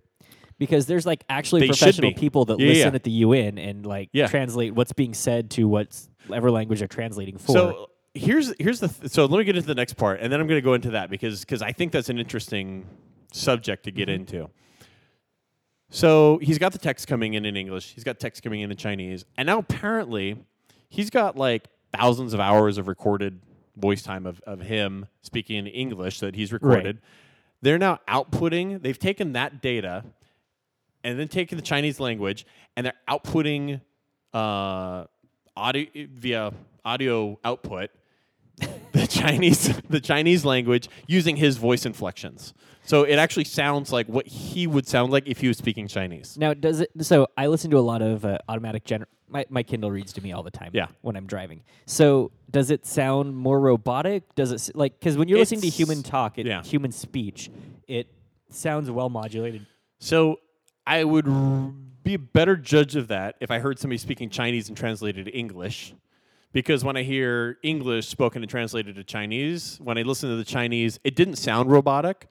A: Because there's like actually
B: They should
A: professional
B: be.
A: people that
B: Yeah, yeah,
A: listen
B: yeah.
A: at the UN and like
B: Yeah.
A: translate what's being said to what's whatever language they're translating for.
B: So here's here's the th- so let me get into the next part, and then I'm going to go into that because because I think that's an interesting subject to get into. So he's got the text coming in in English. He's got text coming in in Chinese, and now apparently he's got like thousands of hours of recorded voice time of of him speaking in English that he's recorded. They're now outputting. They've taken that data and then taking the Chinese language and they're outputting uh, audio via audio output the Chinese the Chinese language using his voice inflections. So it actually sounds like what he would sound like if he was speaking Chinese.
A: Now, does it? So I listen to a lot of uh, automatic gener. My, my Kindle reads to me all the time.
B: Yeah.
A: When I'm driving. So does it sound more robotic? Does it s- like because when you're listening to
B: It's-
A: human talk, it,
B: yeah.
A: human speech, it sounds well modulated.
B: So I would r- be a better judge of that if I heard somebody speaking Chinese and translated to English. Because when I hear English spoken and translated to Chinese, when I listen to the Chinese, it didn't sound robotic,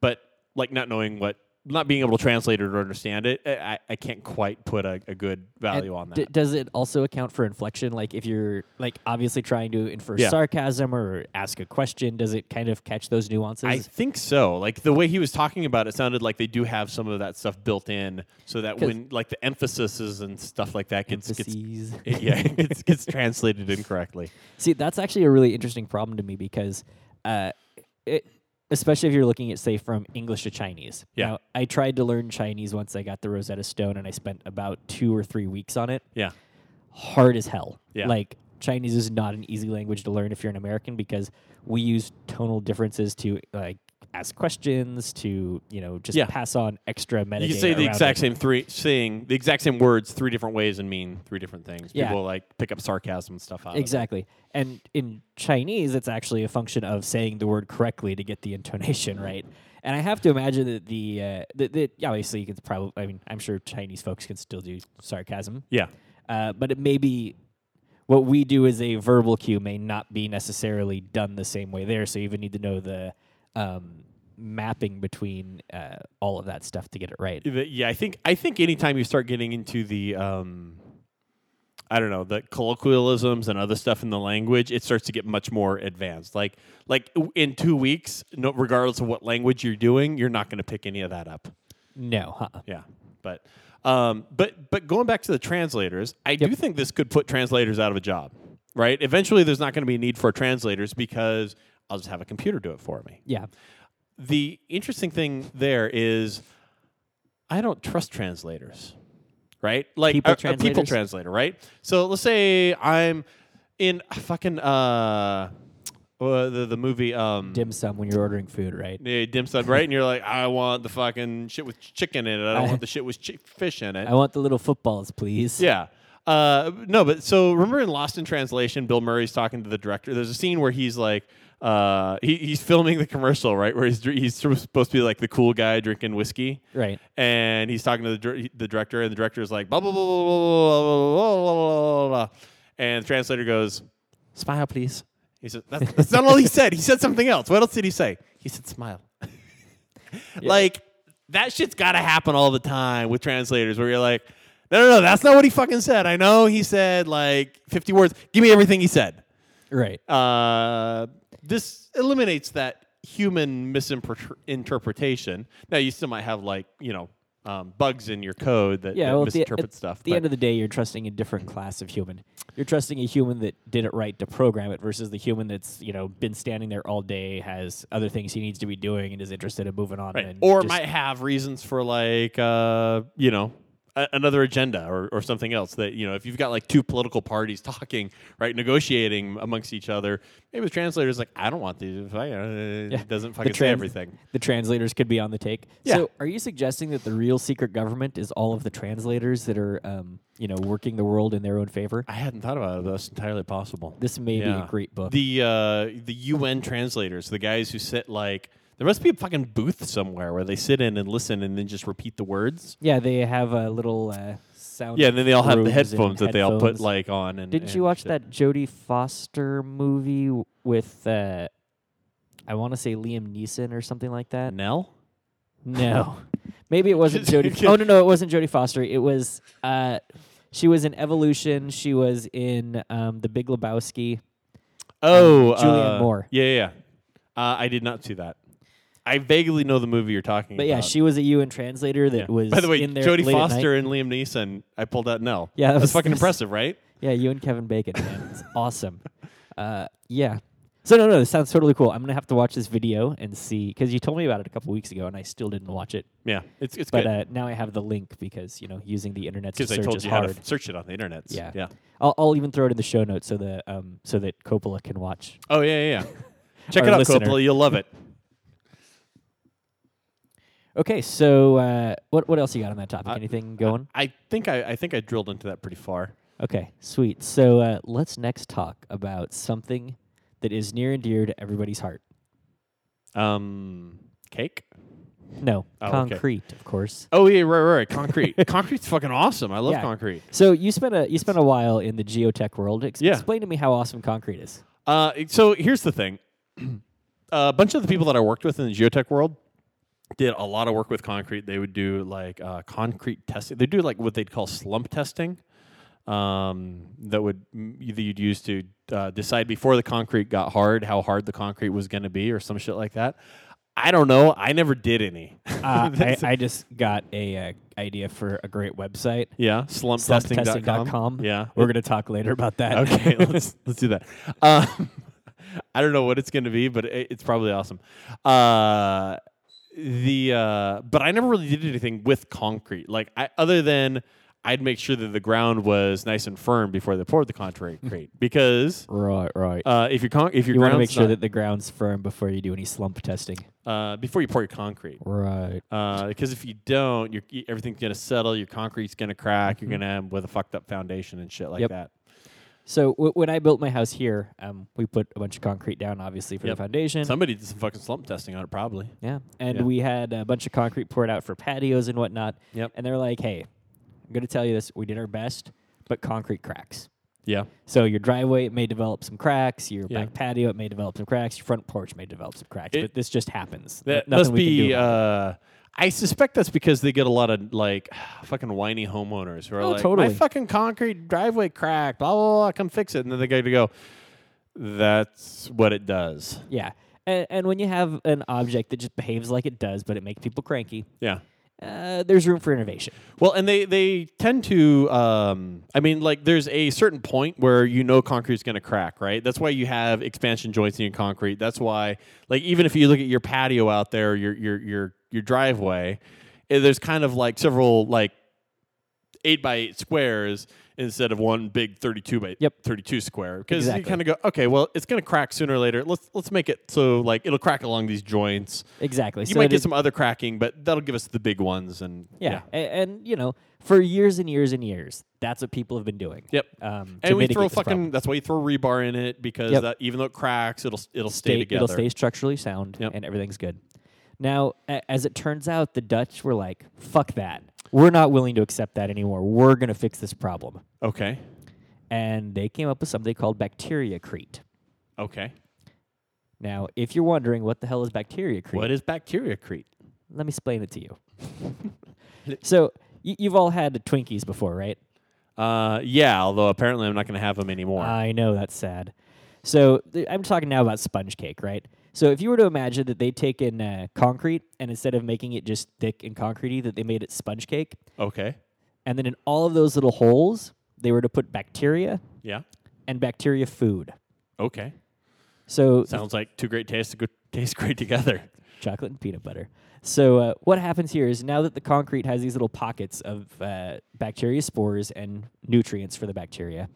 B: but like not knowing what, not being able to translate it or understand it, I, I- I can't quite put a, a good
A: And
B: value on that.
A: d- does it also account for inflection? Like if you're like obviously trying to infer
B: Yeah.
A: sarcasm or ask a question, does it kind of catch those nuances?
B: I think so. Like the way he was talking about it sounded like they do have some of that stuff built in, so that
A: 'Cause-
B: when like the emphases and stuff like that gets gets
A: Emphases.
B: it, yeah it gets, gets translated incorrectly.
A: See, that's actually a really interesting problem to me because, uh, it, especially if you're looking at, say, from English to Chinese.
B: Yeah.
A: Now, I tried to learn Chinese once I got the Rosetta Stone, and I spent about two or three weeks on it.
B: Yeah,
A: Hard as hell.
B: Yeah.
A: Like, Chinese is not an easy language to learn if you're an American because we use tonal differences to, like, ask questions, to, you know, just
B: Yeah.
A: pass on extra metadata.
B: you can say the
A: around
B: exact
A: it.
B: same three saying the exact same words three different ways and mean three different things.
A: Yeah.
B: People like pick up sarcasm and stuff out. of it.
A: Exactly. And in Chinese, it's actually a function of saying the word correctly to get the intonation
B: Mm.
A: right. And I have to imagine that the, uh, that that yeah, obviously you can probably, I mean, I'm sure Chinese folks can still do sarcasm,
B: Yeah.
A: uh, but it may be what we do as a verbal cue may not be necessarily done the same way there. So you even need to know the um, mapping between uh, all of that stuff to get it right.
B: The- Yeah, I think I think anytime you start getting into the um I don't know, the colloquialisms and other stuff in the language, it starts to get much more advanced. Like like w- in 2 weeks, no regardless of what language you're doing, you're not going to pick any of that up.
A: No, uh-uh. huh?
B: Yeah. But um but but going back to the translators, I do think this could put translators out of a job, right? Eventually there's not going to be a need for translators because I'll just have a computer do it for me
A: Yeah.
B: the interesting thing there is I don't trust translators, right? Like
A: People
B: a- a, people
A: translators?
B: translator, right? So let's say I'm in fucking uh, uh the the movie um
A: Dim sum when you're ordering food, right?
B: eh, dim sum, right? And you're like, I want the fucking shit with chicken in it. I don't
A: I-
B: want the shit with chi- fish in it.
A: I want the little footballs, please.
B: Yeah. Uh, no, but so remember in Lost in Translation, Bill Murray's talking to the director. There's a scene where he's like, uh, he, he's filming the commercial, right? Where he's dr- he's sort of supposed to be like the cool guy drinking whiskey,
A: Right.
B: And he's talking to the dir- the director, and the director is like, blah blah blah blah blah blah blah blah, blah, blah. and the translator goes, smile, please. He says, that's, that's not all he said. He said something else. What else did he say? He said, smile. Like that shit's got to happen all the time with translators, where you're like, no, no, no, that's not what he fucking said. I know he said like 50 words. Give me everything he said.
A: Right.
B: Uh, this eliminates that human misinterpretation. Now you still might have like you know um, bugs in your code that, that
A: well, at the-
B: misinterpret
A: at
B: stuff.
A: The
B: but-
A: end of the day, you're trusting a different class of human. You're trusting a human that did it right to program it versus the human that's you know been standing there all day, has other things he needs to be doing, and is interested in moving on.
B: Right.
A: And
B: or
A: just-
B: might have reasons for like uh, you know a- another agenda or, or something else that you know if you've got like two political parties talking right negotiating amongst each other maybe the translator's like i don't want these if I, uh, it doesn't fucking say
A: trans-
B: everything
A: the translators could be on the take.
B: Yeah.
A: So, are you suggesting that the real secret government is all of the translators that are um, you know working the world in their own favor?
B: i hadn't thought about it but that's entirely possible
A: This may be
B: Yeah.
A: a great book.
B: the uh, the un translators the guys who sit like there must be a fucking booth somewhere where they sit in and listen and then just repeat the words
A: yeah, they have a little uh, sound.
B: yeah and then they all have the
A: grooves and
B: headphones that they all put
A: headphones.
B: like on and
A: Didn't
B: and
A: you watch
B: shit.
A: that Jodie Foster movie w- with uh I want to say Liam Neeson or something like that?
B: nell
A: No. Maybe it wasn't Jodie. Oh no, no, it wasn't Jodie Foster. It was uh she was in Evolution, she was in um The Big Lebowski.
B: Oh,
A: Julianne
B: uh,
A: Moore.
B: Yeah, yeah. yeah. Uh, I did not see that. I vaguely know the movie you're talking
A: But
B: about.
A: yeah, she was a UN translator that
B: Yeah.
A: was
B: By the way,
A: in there
B: Jodie
A: late at night.
B: Foster and Liam Neeson. I pulled out Nell.
A: Yeah, that
B: that's
A: was-
B: fucking impressive, right?
A: Yeah, you and Kevin Bacon, man. It's awesome. Uh, yeah. So no, no, this sounds totally cool. I'm gonna have to watch this video and see because you told me about it a couple weeks ago, and I still didn't watch it.
B: Yeah, it's it's
A: But
B: good
A: uh, now I have the link because you know using the internet to
B: because I
A: search
B: told
A: is
B: you
A: hard.
B: how to search it on the internet.
A: Yeah.
B: yeah.
A: I'll, I'll even throw it in the show notes so that um so that Coppola can watch.
B: Oh yeah, yeah. yeah. Check
A: Our
B: it out,
A: listener.
B: Coppola. You'll love it.
A: Okay, so uh, what what else you got on that topic?
B: I-
A: Anything going?
B: I think I, I think I drilled into that pretty far.
A: Okay, sweet. So uh, let's next talk about something that is near and dear to everybody's heart.
B: Um, cake.
A: No,
B: Oh, okay.
A: concrete, of course.
B: Oh yeah, right, right. right. Concrete. Concrete's fucking awesome. I love
A: Yeah.
B: concrete.
A: So you spent a you spent a while in the geotech world. Ex-
B: Yeah.
A: Explain to me how awesome concrete is.
B: Uh, so here's the thing. a bunch of the people that I worked with in the geotech world did a lot of work with concrete. They would do like uh, concrete testing. They do like what they'd call slump testing. Um, that would that you'd use to uh, decide before the concrete got hard how hard the concrete was going to be or some shit like that. I don't know. I never did any.
A: Uh, I, I just got a uh, idea for a great website.
B: yeah, slump
A: Slumptesting.com.
B: testing.com. Yeah,
A: We're gonna talk later about that.
B: okay, let's let's do that. Um, I don't know what it's going to be, but it, it's probably awesome. Uh, the uh, but I never really did anything with concrete, like I, other than I'd make sure that the ground was nice and firm before they poured the concrete, because
A: Right, right.
B: uh, if your con- if your
A: you want to
B: ground's
A: make sure
B: not-
A: that the ground's firm before you do any slump testing.
B: uh, before you pour your concrete.
A: Right.
B: Uh, because if you don't, you're, y- everything's gonna settle. Your concrete's gonna crack. You're gonna end with a fucked up foundation and shit like
A: Mm-hmm. Yep.
B: that.
A: So w- when I built my house here, um, we put a bunch of concrete down, obviously for
B: Yep.
A: the foundation.
B: Somebody did some fucking slump testing on it, probably.
A: yeah, and
B: Yeah.
A: we had a bunch of concrete poured out for patios and whatnot.
B: Yep.
A: And they're like, "Hey, I'm gonna tell you this. We did our best, but concrete cracks.
B: Yeah.
A: So your driveway it may develop some cracks. Your
B: Yeah.
A: back patio it may develop some cracks. Your front porch may develop some cracks.
B: It-
A: but this just happens.
B: That
A: Nothing
B: must
A: we can do
B: be.
A: about it.
B: Uh, I suspect that's because they get a lot of like fucking whiny homeowners who are
A: Oh,
B: like,
A: totally.
B: "My fucking concrete driveway cracked, blah blah blah, come fix it," and then they go to go. That's what it does.
A: yeah. And, and when you have an object that just behaves like it does, but it makes people cranky,
B: Yeah.
A: uh, there's room for innovation.
B: Well, and they they tend to. Um, I mean, like there's a certain point where you know concrete's going to crack, right? That's why you have expansion joints in your concrete. That's why, like, even if you look at your patio out there, your your your your driveway, eh, there's kind of like several like eight by eight squares instead of one big thirty-two by
A: Yep.
B: thirty-two square because
A: Exactly.
B: you kind of go, okay, well, it's going to crack sooner or later. Let's let's make it so like it'll crack along these joints.
A: Exactly.
B: You
A: so
B: might
A: it
B: get
A: is-
B: some other cracking, but that'll give us the big ones, and
A: Yeah. a- And, you know, for years and years and years, that's what people have been doing.
B: Yep.
A: Um, to
B: and we
A: mitigate
B: throw
A: this
B: fucking.
A: problem.
B: That's why you throw rebar in it because
A: Yep.
B: that even though it cracks, it'll it'll stay,
A: Stay-
B: together.
A: it'll stay structurally sound
B: Yep.
A: and everything's good. Now, a- as it turns out, the Dutch were like, fuck that. We're not willing to accept that anymore. We're going to fix this problem.
B: Okay.
A: And they came up with something called bacteriacrete.
B: Okay.
A: Now, if you're wondering what the hell is bacteriacrete,
B: What is bacteriacrete?
A: let me explain it to you. so, y- you've all had Twinkies before, right?
B: Uh, yeah. Although apparently I'm not going to have them anymore.
A: I know that's sad. So th- I'm talking now about sponge cake, right? So if you were to imagine that they'd taken uh, concrete and instead of making it just thick and concretey, that they made it sponge cake,
B: okay.
A: and then in all of those little holes, they were to put bacteria
B: Yeah.
A: and bacteria food.
B: Okay.
A: So
B: Sounds like two great tastes to go taste great together.
A: chocolate and peanut butter. So uh, what happens here is now that the concrete has these little pockets of uh, bacteria spores and nutrients for the bacteria,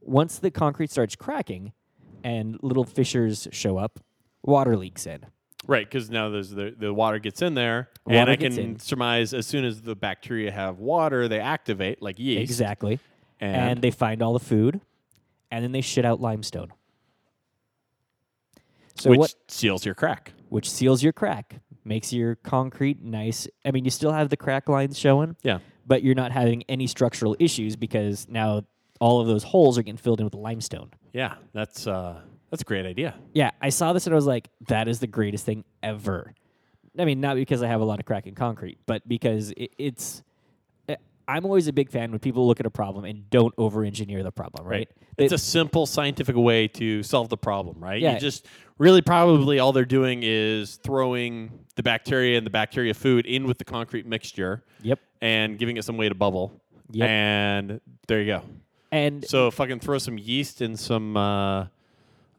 A: once the concrete starts cracking and little fissures show up, water leaks in.
B: Right, because now there's the the water gets in there, and
A: Water
B: I
A: gets
B: can
A: in.
B: surmise as soon as the bacteria have water, they activate like yeast.
A: Exactly.
B: And,
A: and they find all the food, and then they shit out limestone. So
B: which
A: what?
B: seals your crack.
A: Which seals your crack, makes your concrete nice. I mean, you still have the crack lines showing,
B: Yeah.
A: but you're not having any structural issues because now all of those holes are getting filled in with limestone.
B: Yeah. That's uh that's a great idea.
A: Yeah, I saw this and I was like, that is the greatest thing ever. I mean, not because I have a lot of crack in concrete, but because it, it's. I- eh, I'm always a big fan when people look at a problem and don't over engineer the problem, right?
B: It's
A: They-
B: a simple scientific way to solve the problem, right?
A: Yeah.
B: You just really probably all they're doing is throwing the bacteria and the bacteria food in with the concrete mixture
A: yep.
B: and giving it some way to bubble.
A: Yep.
B: And there you go.
A: And
B: So fucking throw some yeast and some uh,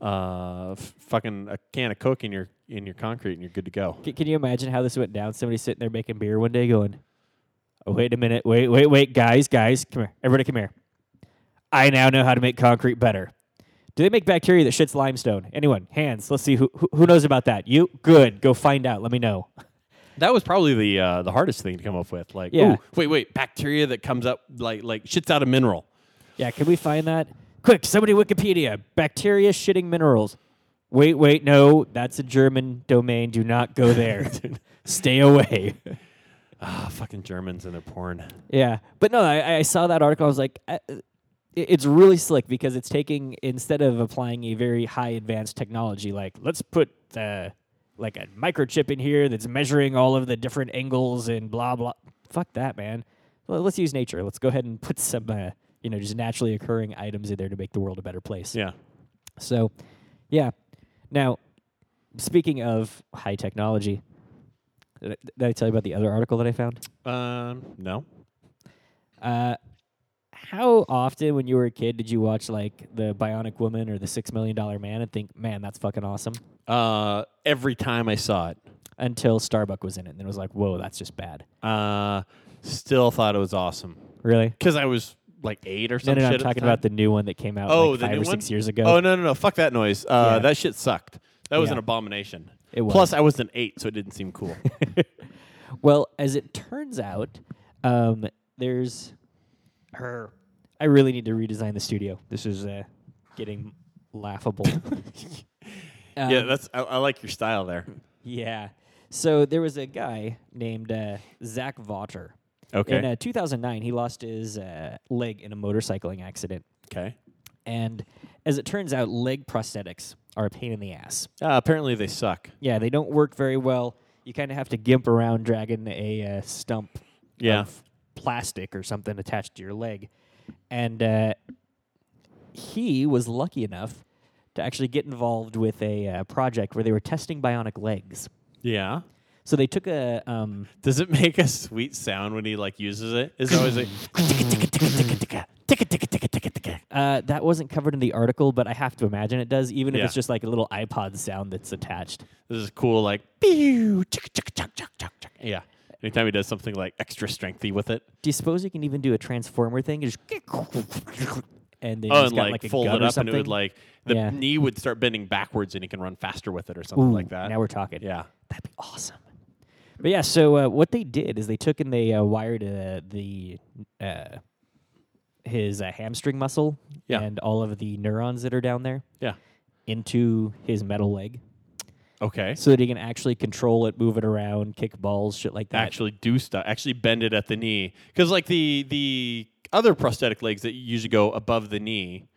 B: uh, f- fucking a can of Coke in your in your concrete and you're good to go.
A: c- can you imagine how this went down? Somebody sitting there making beer one day going, oh, wait a minute. Wait, wait, wait. Guys, guys, come here. Everybody come here. I now know how to make concrete better. Do they make bacteria that shits limestone? Anyone? Hands. Let's see who who, who knows about that. You? Good. Go find out. Let me know.
B: That was probably the uh, the hardest thing to come up with. Like,
A: Yeah.
B: ooh, wait, wait, bacteria that comes up like like shits out a mineral.
A: Yeah, can we find that? Quick, somebody Wikipedia. Bacteria shitting minerals. Wait, wait, no, that's a German domain. Do not go there. Stay away.
B: Ah, fucking Germans and their porn.
A: Yeah, but no, I, I saw that article. I was like, uh, I, it- it's really slick because it's taking instead of applying a very high advanced technology, like let's put uh, like a microchip in here that's measuring all of the different angles and blah blah. Fuck that, man. Well, let's use nature. Let's go ahead and put some, uh, you know, just naturally occurring items in there to make the world a better place.
B: Yeah.
A: So, yeah. Now, speaking of high technology, did I, did I tell you about the other article that I found?
B: Um, no.
A: Uh, how often, when you were a kid, did you watch like the Bionic Woman or the Six Million Dollar Man and think, "Man, that's fucking awesome"?
B: Uh, every time I saw it,
A: Until Starbuck was in it, and then it was like, "Whoa, that's just bad."
B: uh, still thought it was awesome
A: Really?
B: because I was like eight or
A: No,
B: something.
A: no, no, I'm
B: shit at
A: talking
B: the time.
A: about the new one that came out
B: oh
A: like
B: the
A: five or
B: new one?
A: six years ago.
B: Oh no no no! Fuck that noise. Uh,
A: Yeah.
B: that shit sucked. That was
A: Yeah.
B: an abomination.
A: It was.
B: Plus, I was an eight, so it didn't seem cool.
A: Well, as it turns out, um, there's her. I really need to redesign the studio. This is uh, getting laughable. Um,
B: yeah, that's. I, I like your style there.
A: Yeah. So there was a guy named uh, Zach Vaughter.
B: Okay.
A: In uh, 2009, he lost his uh, leg in a motorcycling accident.
B: Okay.
A: And as it turns out, leg prosthetics are a pain in the ass.
B: Uh, apparently, they suck.
A: Yeah, they don't work very well. You kind of have to gimp around dragging a uh, stump
B: Yeah.
A: of plastic or something attached to your leg. And uh, he was lucky enough to actually get involved with a uh, project where they were testing bionic legs.
B: Yeah.
A: So they took a um,
B: Does it make a sweet sound when he like uses it? Is it always like
A: uh, that wasn't covered in the article, but I have to imagine it does, even
B: Yeah.
A: if it's just like a little iPod sound that's attached.
B: this is cool like pew, tick, tick, tick, tick, tick, tick. yeah. Anytime he does something like extra strengthy with it,
A: Do you suppose you can even do a transformer thing? You Just and then you
B: oh,
A: just got
B: and like,
A: like a
B: fold
A: gun
B: it
A: or
B: up, and it would
A: something?
B: like the
A: Yeah.
B: knee would start bending backwards, and he can run faster with it or something
A: Ooh,
B: like that.
A: Now we're talking.
B: yeah,
A: That'd be awesome. But yeah, so uh, what they did is they took and they uh, wired uh, the uh, his uh, hamstring muscle
B: Yeah.
A: and all of the neurons that are down there
B: yeah,
A: into his metal leg,
B: okay.
A: so that he can actually control it, move it around, kick balls, shit like that.
B: actually do stuff. Actually bend it at the knee because like the the other prosthetic legs that usually go above the knee.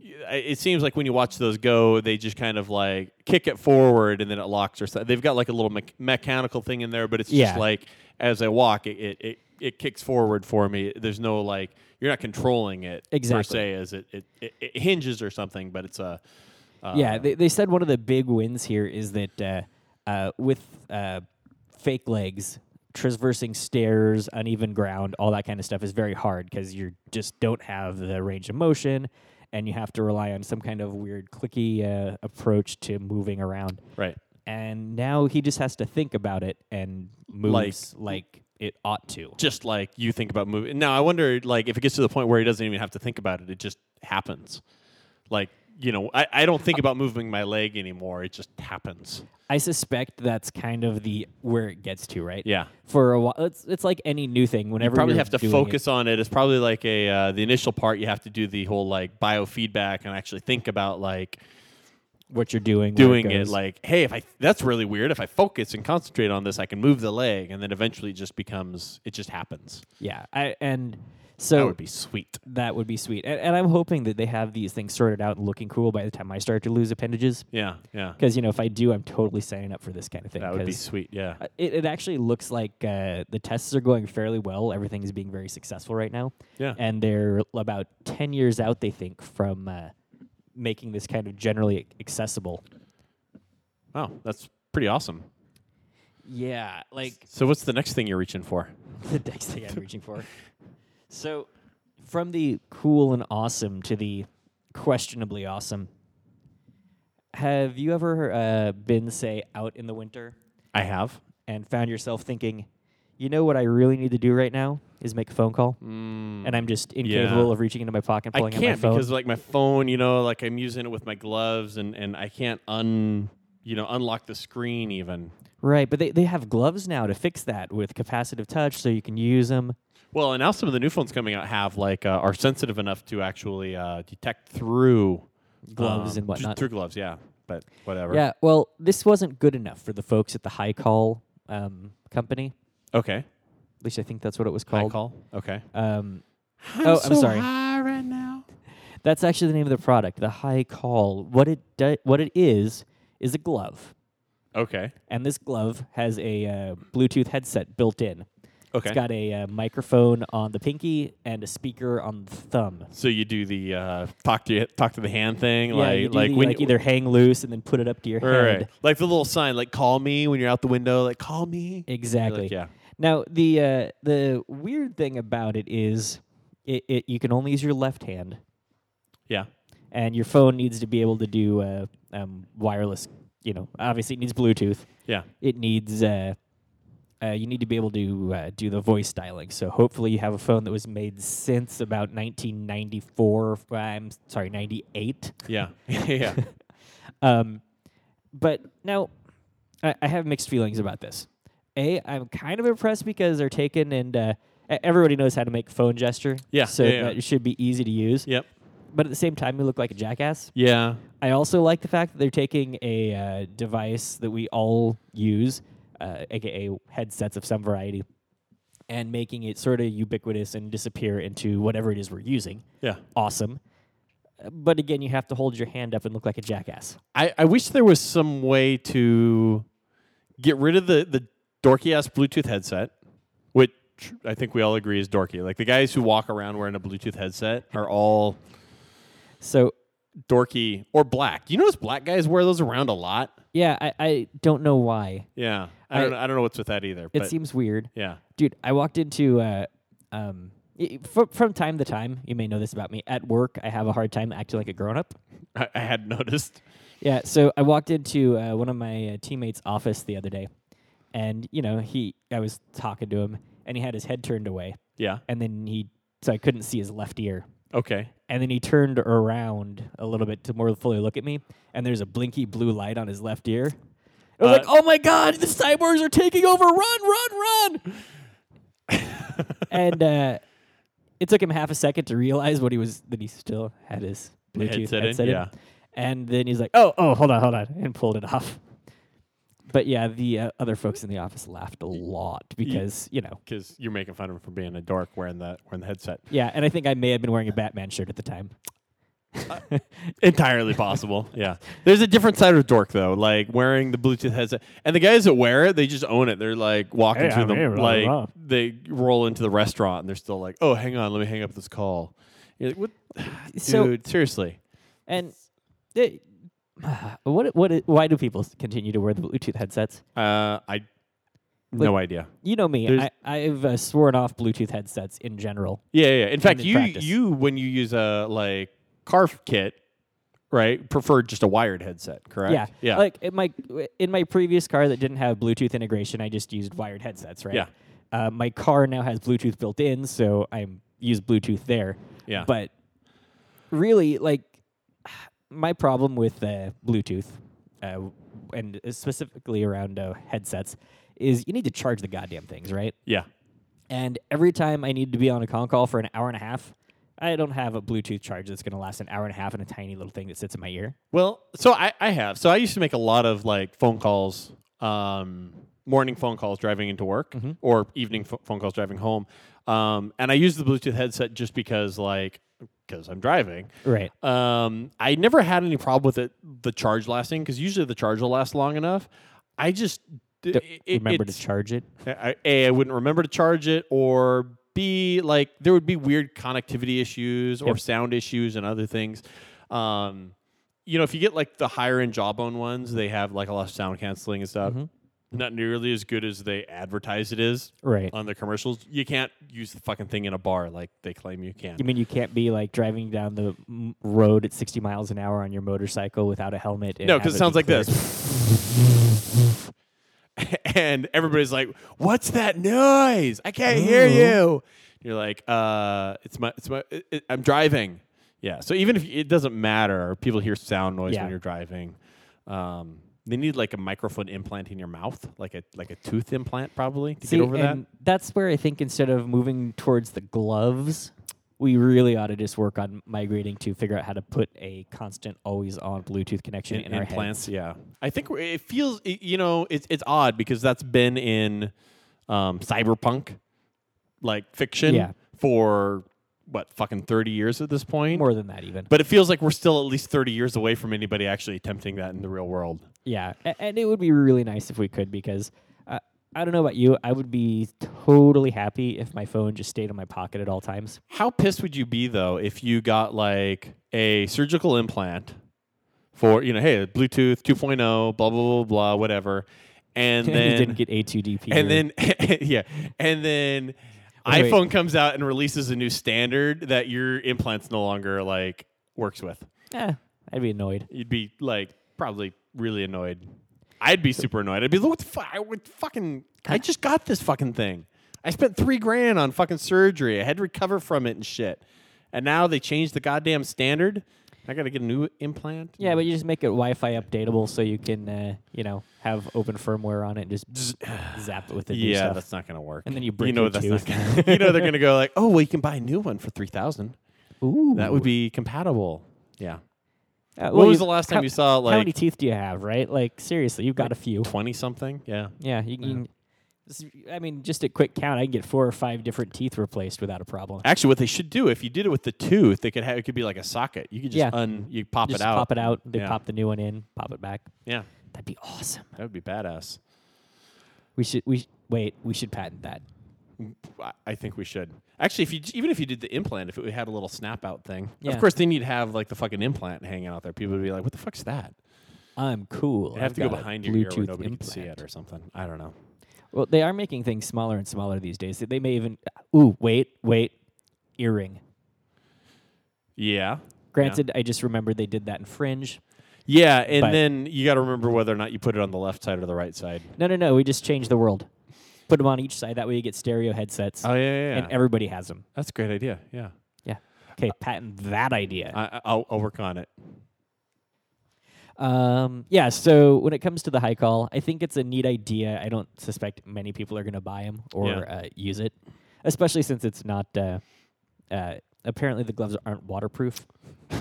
B: y- It seems like when you watch those go, they just kind of like kick it forward and then it locks or something. They've got like a little mech mechanical thing in there, but it's
A: Yeah.
B: just like as I walk, it, it it it kicks forward for me. There's no like you're not controlling it per
A: Exactly.
B: se as it it, it it hinges or something, but it's a uh,
A: yeah, they, they said one of the big wins here is that uh, uh, with uh, fake legs, traversing stairs, uneven ground, all that kind of stuff is very hard because you just don't have the range of motion and you have to rely on some kind of weird clicky uh, approach to moving around.
B: right.
A: And now he just has to think about it and moves like, it ought to.
B: just like you think about moving. Now I wonder, like, if it gets to the point where he doesn't even have to think about it, it just happens. Like, you know, I, I don't think about moving my leg anymore. It just happens.
A: I suspect that's kind of the where it gets to, right?
B: Yeah.
A: For a while, it's, it's like any new thing. Whenever
B: You probably
A: you're
B: have to
A: doing it-
B: focus on it. It's probably like a uh, the initial part. You have to do the whole like biofeedback and actually think about like
A: what you're doing, where
B: doing it.
A: goes.
B: Like, hey, if I that's really weird. If I focus and concentrate on this, I can move the leg, and then eventually it just becomes it just happens.
A: Yeah, I and So
B: that would be sweet.
A: that would be sweet. And, and I'm hoping that they have these things sorted out and looking cool by the time I start to lose appendages.
B: Yeah, yeah.
A: Because, you know, if I do, I'm totally signing up for this kind of thing.
B: That would be
A: 'cause
B: sweet. Yeah.
A: I- It, it actually looks like uh, the tests are going fairly well. Everything is being very successful right now.
B: Yeah.
A: And they're about 10 years out, they think, from uh, making this kind of generally accessible.
B: Wow, that's pretty awesome.
A: Yeah. Like,
B: So what's the next thing you're reaching for?
A: the next thing I'm reaching for. So, from the cool and awesome to the questionably awesome, have you ever uh, been, say, out in the winter
B: I have.
A: and found yourself thinking, you know what I really need to do right now is make a phone call, and I'm just incapable
B: Mm, yeah.
A: of reaching into my pocket and
B: I
A: pulling out my
B: can't
A: phone.
B: because like my phone, you know, like I'm using it with my gloves and and I can't un you know unlock the screen even.
A: right, but they, they have gloves now to fix that with capacitive touch, so you can use them.
B: Well, and now some of the new phones coming out have like uh, are sensitive enough to actually uh, detect through um,
A: Gloves and
B: just
A: whatnot.
B: Through gloves, yeah. But whatever.
A: Yeah, well, this wasn't good enough for the folks at the High Call um, company.
B: Okay.
A: At least I think that's what it was
B: High
A: called.
B: call. Okay.
A: Um, oh, I'm sorry.
B: right now.
A: That's actually the name of the product, the High Call. What it do- what it is is a glove,
B: Okay.
A: and this glove has a uh, Bluetooth headset built in.
B: Okay.
A: It's got a uh, microphone on the pinky and a speaker on the thumb.
B: so you do the uh, talk to talk to the hand thing,
A: yeah,
B: like
A: you do
B: like
A: the,
B: when
A: like either hang loose and then put it up to your
B: Right,
A: head.
B: right. like the little sign, like call me when you're out the window, like call me.
A: Exactly.
B: yeah.
A: Now the uh, the weird thing about it is, it, it you can only use your left hand,
B: Yeah.
A: and your phone needs to be able to do uh, um, wireless. You know, obviously it needs Bluetooth.
B: Yeah.
A: it needs uh, uh, you need to be able to uh, do the voice dialing. So hopefully you have a phone that was made since about 1994. f- I'm sorry, 98.
B: Yeah. yeah.
A: Um, but now I, I have mixed feelings about this. A, I'm kind of impressed because they're taken and uh, e- everybody knows how to make phone gesture.
B: Yeah,
A: so
B: yeah, yeah.
A: that it should be easy to use.
B: Yep.
A: But at the same time, you look like a jackass.
B: Yeah.
A: I also like the fact that they're taking a uh, device that we all use, uh, aka headsets of some variety, and making it sort of ubiquitous and disappear into whatever it is we're using.
B: Yeah.
A: Awesome. Uh, But again, you have to hold your hand up and look like a jackass.
B: I, I wish there was some way to get rid of the, the dorky ass Bluetooth headset, which I think we all agree is dorky. Like the guys who walk around wearing a Bluetooth headset are all
A: So,
B: dorky or black. You notice black guys wear those around a lot.
A: yeah, I, I don't know why.
B: Yeah. I, don't know, I don't know what's with that either.
A: It
B: But
A: seems weird.
B: yeah.
A: Dude, I walked into, uh, um, y- from, from time to time, you may know this about me, at work, I have a hard time acting like a grown up.
B: I, I had noticed.
A: Yeah, so I walked into uh, one of my uh, teammates' office the other day, and you know he, I was talking to him, and he had his head turned away,
B: Yeah.
A: and then he, so I couldn't see his left ear,
B: Okay.
A: and then he turned around a little bit to more fully look at me, and there's a blinky blue light on his left ear. I was
B: Uh,
A: like, "Oh my god, the cyborgs are taking over! Run, run, run!" and uh, it took him half a second to realize what he was that he still had his Bluetooth
B: Headset in, yeah.
A: And then he's like, "Oh, oh, hold on, hold on," and pulled it off. But yeah, the uh, other folks in the office laughed a lot because you know,
B: Because you're making fun of him for being a dork wearing the wearing the headset.
A: yeah. And I think I may have been wearing a Batman shirt at the time.
B: Entirely possible. yeah. There's a different side of dork though, like wearing the Bluetooth headset. And the guys that wear it, they just own it. They're like walking
C: Hey,
B: through
C: I'm
B: the
C: here, blah,
B: like
C: blah.
B: they roll into the restaurant and they're still like, "Oh, hang on, let me hang up this call." You're like, "What,
A: So-
B: dude? seriously?"
A: And it, what what why do people s- continue to wear the Bluetooth headsets?
B: Uh, I no idea.
A: You know me.
B: There's-
A: I, I've uh, sworn off Bluetooth headsets in general.
B: Yeah, yeah. yeah. In fact,
A: in
B: you
A: practice.
B: you when you use a like car kit, right? Prefer just a wired headset, correct?
A: Yeah.
B: yeah.
A: Like in my in my previous car that didn't have Bluetooth integration, I just used wired headsets, right?
B: Yeah.
A: Uh, my car now has Bluetooth built in, so I use Bluetooth there.
B: Yeah.
A: But really, like my problem with uh, Bluetooth, uh, and specifically around uh, headsets, is you need to charge the goddamn things, right?
B: yeah.
A: And every time I need to be on a con call for an hour and a half, I don't have a Bluetooth charge that's going to last an hour and a half in a tiny little thing that sits in my ear.
B: Well, so I, I have. So I used to make a lot of like phone
A: Mm-hmm.
B: calls, um, morning phone calls driving into work or evening pho- phone calls driving home. Um, and I use the Bluetooth headset just because, like, because I'm driving.
A: Right.
B: Um, I never had any problem with it, the charge lasting, because usually the charge will last long enough. I just it- it-
A: Remember to
B: it's-
A: charge it.
B: I- A, I wouldn't remember to charge it, or B, like there would be weird connectivity issues or sound issues and other things. Um, you know, if you get like the higher end jawbone ones, they have like a lot of sound canceling and stuff. Not nearly as good as they advertise it is
A: Right.
B: on the commercials. You can't use the fucking thing in a bar like they claim you can.
A: You mean you can't be like driving down the m- road at 60 miles an hour on your motorcycle without a helmet? and
B: No,
A: have
B: because it
A: be
B: sounds like
A: clear?
B: this. and everybody's like, "What's that noise? I can't hear you."
A: Mm-hmm.
B: You're like, "Uh, it's my, it's my, it, it- I'm driving." Yeah. So even if it doesn't matter, people hear sound noise
A: Yeah.
B: when you're driving. Um, they need like a microphone implant in your mouth, like a like a tooth implant, probably to
A: See,
B: get over that.
A: and That's where I think instead of moving towards the gloves, we really ought to just work on migrating to figure out how to put a constant, always on Bluetooth connection in, our
B: implants.
A: heads.
B: Yeah, I think w- it feels i- you know it's it's odd because that's been in um, cyberpunk like fiction
A: Yeah.
B: for what fucking thirty years at this point.
A: More than that, even.
B: but it feels like we're still at least thirty years away from anybody actually attempting that in the real world.
A: Yeah, a- and it would be really nice if we could because uh, I don't know about you, I would be totally happy if my phone just stayed in my pocket at all times.
B: How pissed would you be though if you got like a surgical implant for you know hey Bluetooth 2.0 blah blah blah blah whatever, and
A: And
B: then
A: you didn't get A2DP. or-
B: and then yeah, and then
A: Wait, wait.
B: iPhone comes out and releases a new standard that your implants no longer like works with.
A: Eh, I'd be annoyed.
B: You'd be like probably really annoyed. I'd be super annoyed. I'd be like, what the fuck? I would fucking. I just got this fucking thing. I spent three grand on fucking surgery. I had to recover from it and shit. And now they changed the goddamn standard. I got to get a new implant.
A: Yeah, but you just make it Wi-Fi updatable so you can, uh, you know, have open firmware on it and just zap it with the new
B: yeah,
A: stuff.
B: that's not gonna work.
A: And then you break
B: know
A: your
B: that's
A: tooth.
B: not gonna. you know they're gonna go like, oh well, you can buy a new one for three thousand.
A: Ooh,
B: That would be compatible. Yeah.
A: Uh, well,
B: What was
A: you-
B: the last time
A: how-
B: you saw
A: How many
B: like
A: teeth do you have? Right, like seriously, you've got a few.
B: twenty something? Yeah.
A: Yeah, you can. this- I mean, just a quick count, I can get four or five different teeth replaced without a problem.
B: Actually, what they should do if you did it with the tooth, they could have it could be like a socket. You could just
A: Yeah.
B: un you pop
A: just
B: it out.
A: pop it out. They
B: Yeah.
A: pop the new one in. Pop it back.
B: Yeah,
A: That'd be awesome.
B: that would be badass.
A: We should. We sh- wait. We should patent that.
B: I- I think we should actually. If you j- even if you did the implant, if it had a little snap out thing,
A: Yeah.
B: of course then you'd have like the fucking implant hanging out there. People would be like, "What the fuck's that?"
A: I'm cool.
B: It'd have
A: I've
B: to go
A: got a
B: behind your ear where
A: Bluetooth
B: nobody could see
A: implant.
B: it or something. I don't know.
A: Well, they are making things smaller and smaller these days. They may even. Ooh, wait, wait. Earring.
B: Yeah.
A: Granted, I just remembered they did that in Fringe.
B: Yeah, and
A: But-
B: then you got to remember whether or not you put it on the left side or the right side.
A: No, no, no. We just changed the world. Put them on each side. That way you get stereo headsets.
B: Oh yeah, yeah.
A: And everybody has them.
B: That's a great idea. Yeah,
A: Yeah. Okay, patent that idea.
B: I, I- I'll, I'll work on it.
A: Um, yeah, so when it comes to the high call, I think it's a neat idea. I don't suspect many people are going to buy them or
B: Yeah.
A: uh, use it, especially since it's not. Uh, uh, apparently, the gloves aren't waterproof.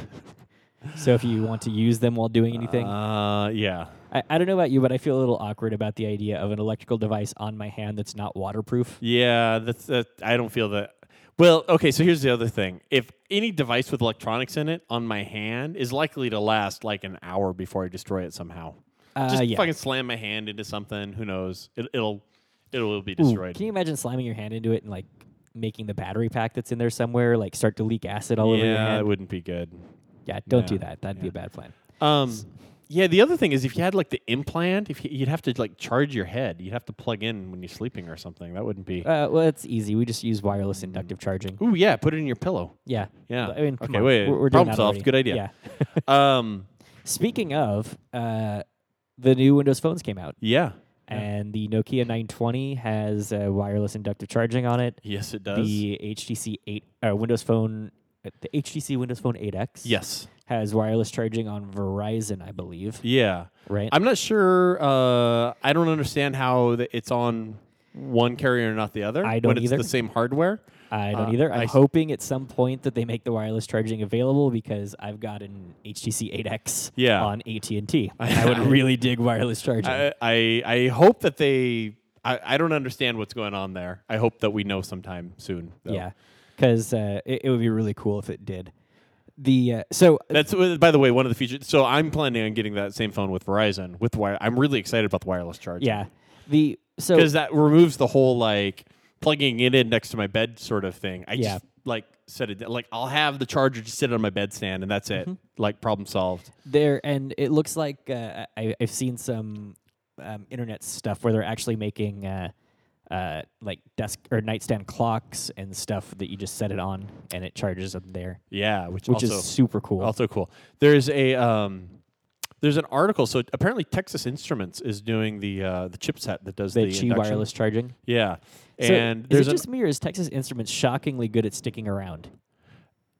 A: so if you want to use them while doing anything,
B: Uh, yeah.
A: I, I don't know about you, but I feel a little awkward about the idea of an electrical device on my hand that's not waterproof.
B: Yeah, that's that. I don't feel that. Well, okay. So here's the other thing: if any device with electronics in it on my hand is likely to last like an hour before I destroy it somehow,
A: Uh,
B: just
A: yeah.
B: fucking slam my hand into something. Who knows? It, it'll it'll be
A: Ooh,
B: destroyed.
A: Can you imagine slamming your hand into it and like making the battery pack that's in there somewhere like start to leak acid all over your
B: yeah, it
A: hand?
B: wouldn't be good.
A: Yeah, don't do
B: Yeah,
A: that. That'd be a bad plan.
B: Um, yeah. The other thing is, if you had like the implant, if you, you'd have to like charge your head, you'd have to plug in when you're sleeping or something. That wouldn't be.
A: Uh, well, it's easy. We just use wireless inductive charging.
B: Ooh, yeah. Put it in your pillow.
A: Yeah.
B: Yeah.
A: I mean, come
B: okay.
A: on.
B: Wait.
A: We're, we're doing
B: problem
A: that
B: solved.
A: already.
B: Good idea.
A: Yeah.
B: Um.
A: Speaking of, uh, the new Windows phones came out,
B: Yeah.
A: and the Nokia 920 has uh, wireless inductive charging on it.
B: Yes, it does.
A: The HTC 8 uh, Windows Phone, uh, the HTC Windows Phone 8X,
B: yes.
A: has wireless charging on Verizon, I believe.
B: Yeah.
A: Right.
B: I'm not sure. Uh, I don't understand how the, it's on one carrier and not the other.
A: I
B: when
A: don't
B: it's
A: either.
B: the same hardware.
A: I don't
B: Uh,
A: either.
B: I
A: I'm
B: s-
A: hoping at some point that they make the wireless charging available because I've got an HTC 8X
B: Yeah.
A: on AT&T. I would really dig wireless charging.
B: I, I I hope that they. I I, I don't understand what's going on there. I hope that we know sometime soon. though.
A: Yeah, because uh, it, it would be really cool if it did. The uh, so
B: That's by the way one of the features. So I'm planning on getting that same phone with Verizon with wire. I'm really excited about the wireless charger.
A: yeah the so
B: because that removes the whole like plugging it in next to my bed sort of thing. I
A: Yeah.
B: just like set it like I'll have the charger just sit on my bedstand and that's it.
A: Mm-hmm.
B: Like problem solved.
A: there and it looks like uh, I, I've seen some um, internet stuff where they're actually making uh, uh, like desk or nightstand clocks and stuff that you just set it on and it charges up there,
B: Yeah, which,
A: which
B: also,
A: is super cool.
B: also cool. There's a um, there's an article. So apparently Texas Instruments is doing the uh, the chipset that does the,
A: the Qi
B: induction.
A: wireless charging.
B: Yeah,
A: So
B: and
A: is
B: there's
A: it
B: an-
A: just me or is Texas Instruments shockingly good at sticking around?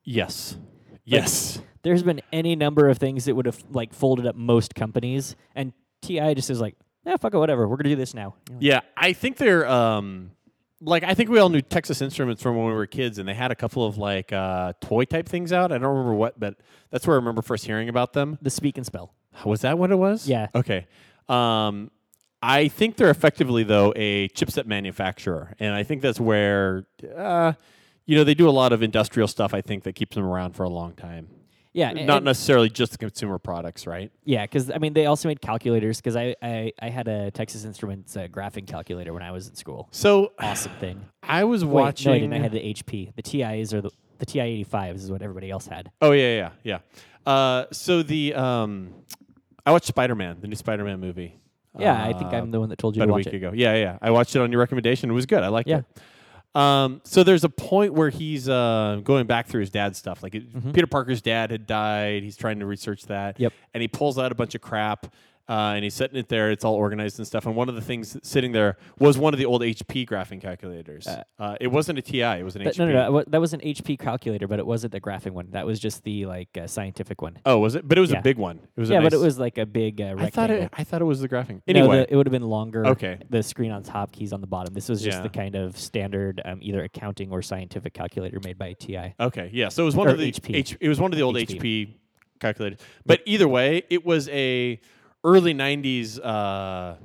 B: yes, yes.
A: There's been any number of things that would have like folded up most companies, and TI just is like, yeah, fuck it, whatever. We're gonna do this now. You're like,
B: Yeah, I think they're um like I think we all knew Texas Instruments from when we were kids, and they had a couple of like uh, toy type things out. I don't remember what, but that's where I remember first hearing about them.
A: The speak and spell.
B: Was that what it was?
A: Yeah.
B: Okay. Um, I think they're effectively though a chipset manufacturer, and I think that's where uh, you know they do a lot of industrial stuff. I think that keeps them around for a long time.
A: Yeah, and-
B: Not
A: and-
B: necessarily just the consumer products, right?
A: Yeah, because I mean, they also made calculators. Because I, I, I had a Texas Instruments uh, graphing calculator when I was in school.
B: So
A: Awesome thing.
B: I was
A: Wait,
B: watching.
A: no, I didn't. I had the HP. The TIs or the the TI eighty fives is what everybody else had.
B: Oh yeah, yeah, yeah. Uh, so the um, I watched Spider Man, the new Spider Man movie.
A: Yeah, I think
B: uh,
A: I'm the one that told you
B: about
A: to
B: a
A: watch
B: week
A: it.
B: ago. Yeah, yeah. I watched it on your recommendation. It was good. I liked
A: Yeah.
B: it. Um, so there's a point where he's uh, going back through his dad's stuff. Like it, Peter Parker's dad had died. He's trying to research that.
A: Mm-hmm. Yep.
B: And he pulls out a bunch of crap. Uh, and he's setting it there. It's all organized and stuff. And one of the things that's sitting there was one of the old HP graphing calculators. Uh, it wasn't a TI. It was an
A: But
B: HP.
A: no, no, no, wa- that was an HP calculator, but it wasn't the graphing one. That was just the like uh, scientific one.
B: Oh, was it? But it was
A: Yeah.
B: a big one. It was. a
A: yeah, but it
B: nice-
A: was like a big uh, rectangle.
B: I thought it. I thought it was the graphing.
A: No,
B: Anyway,
A: the, it would have been longer.
B: Okay.
A: The screen on top, keys on the bottom. This was just
B: Yeah.
A: the kind of standard um, either accounting or scientific calculator made by TI.
B: okay, yeah. So it was one
A: Or
B: of the
A: HP.
B: H- it was one of the old
A: HP.
B: HP, calculators. But either way, it was a early '90s uh,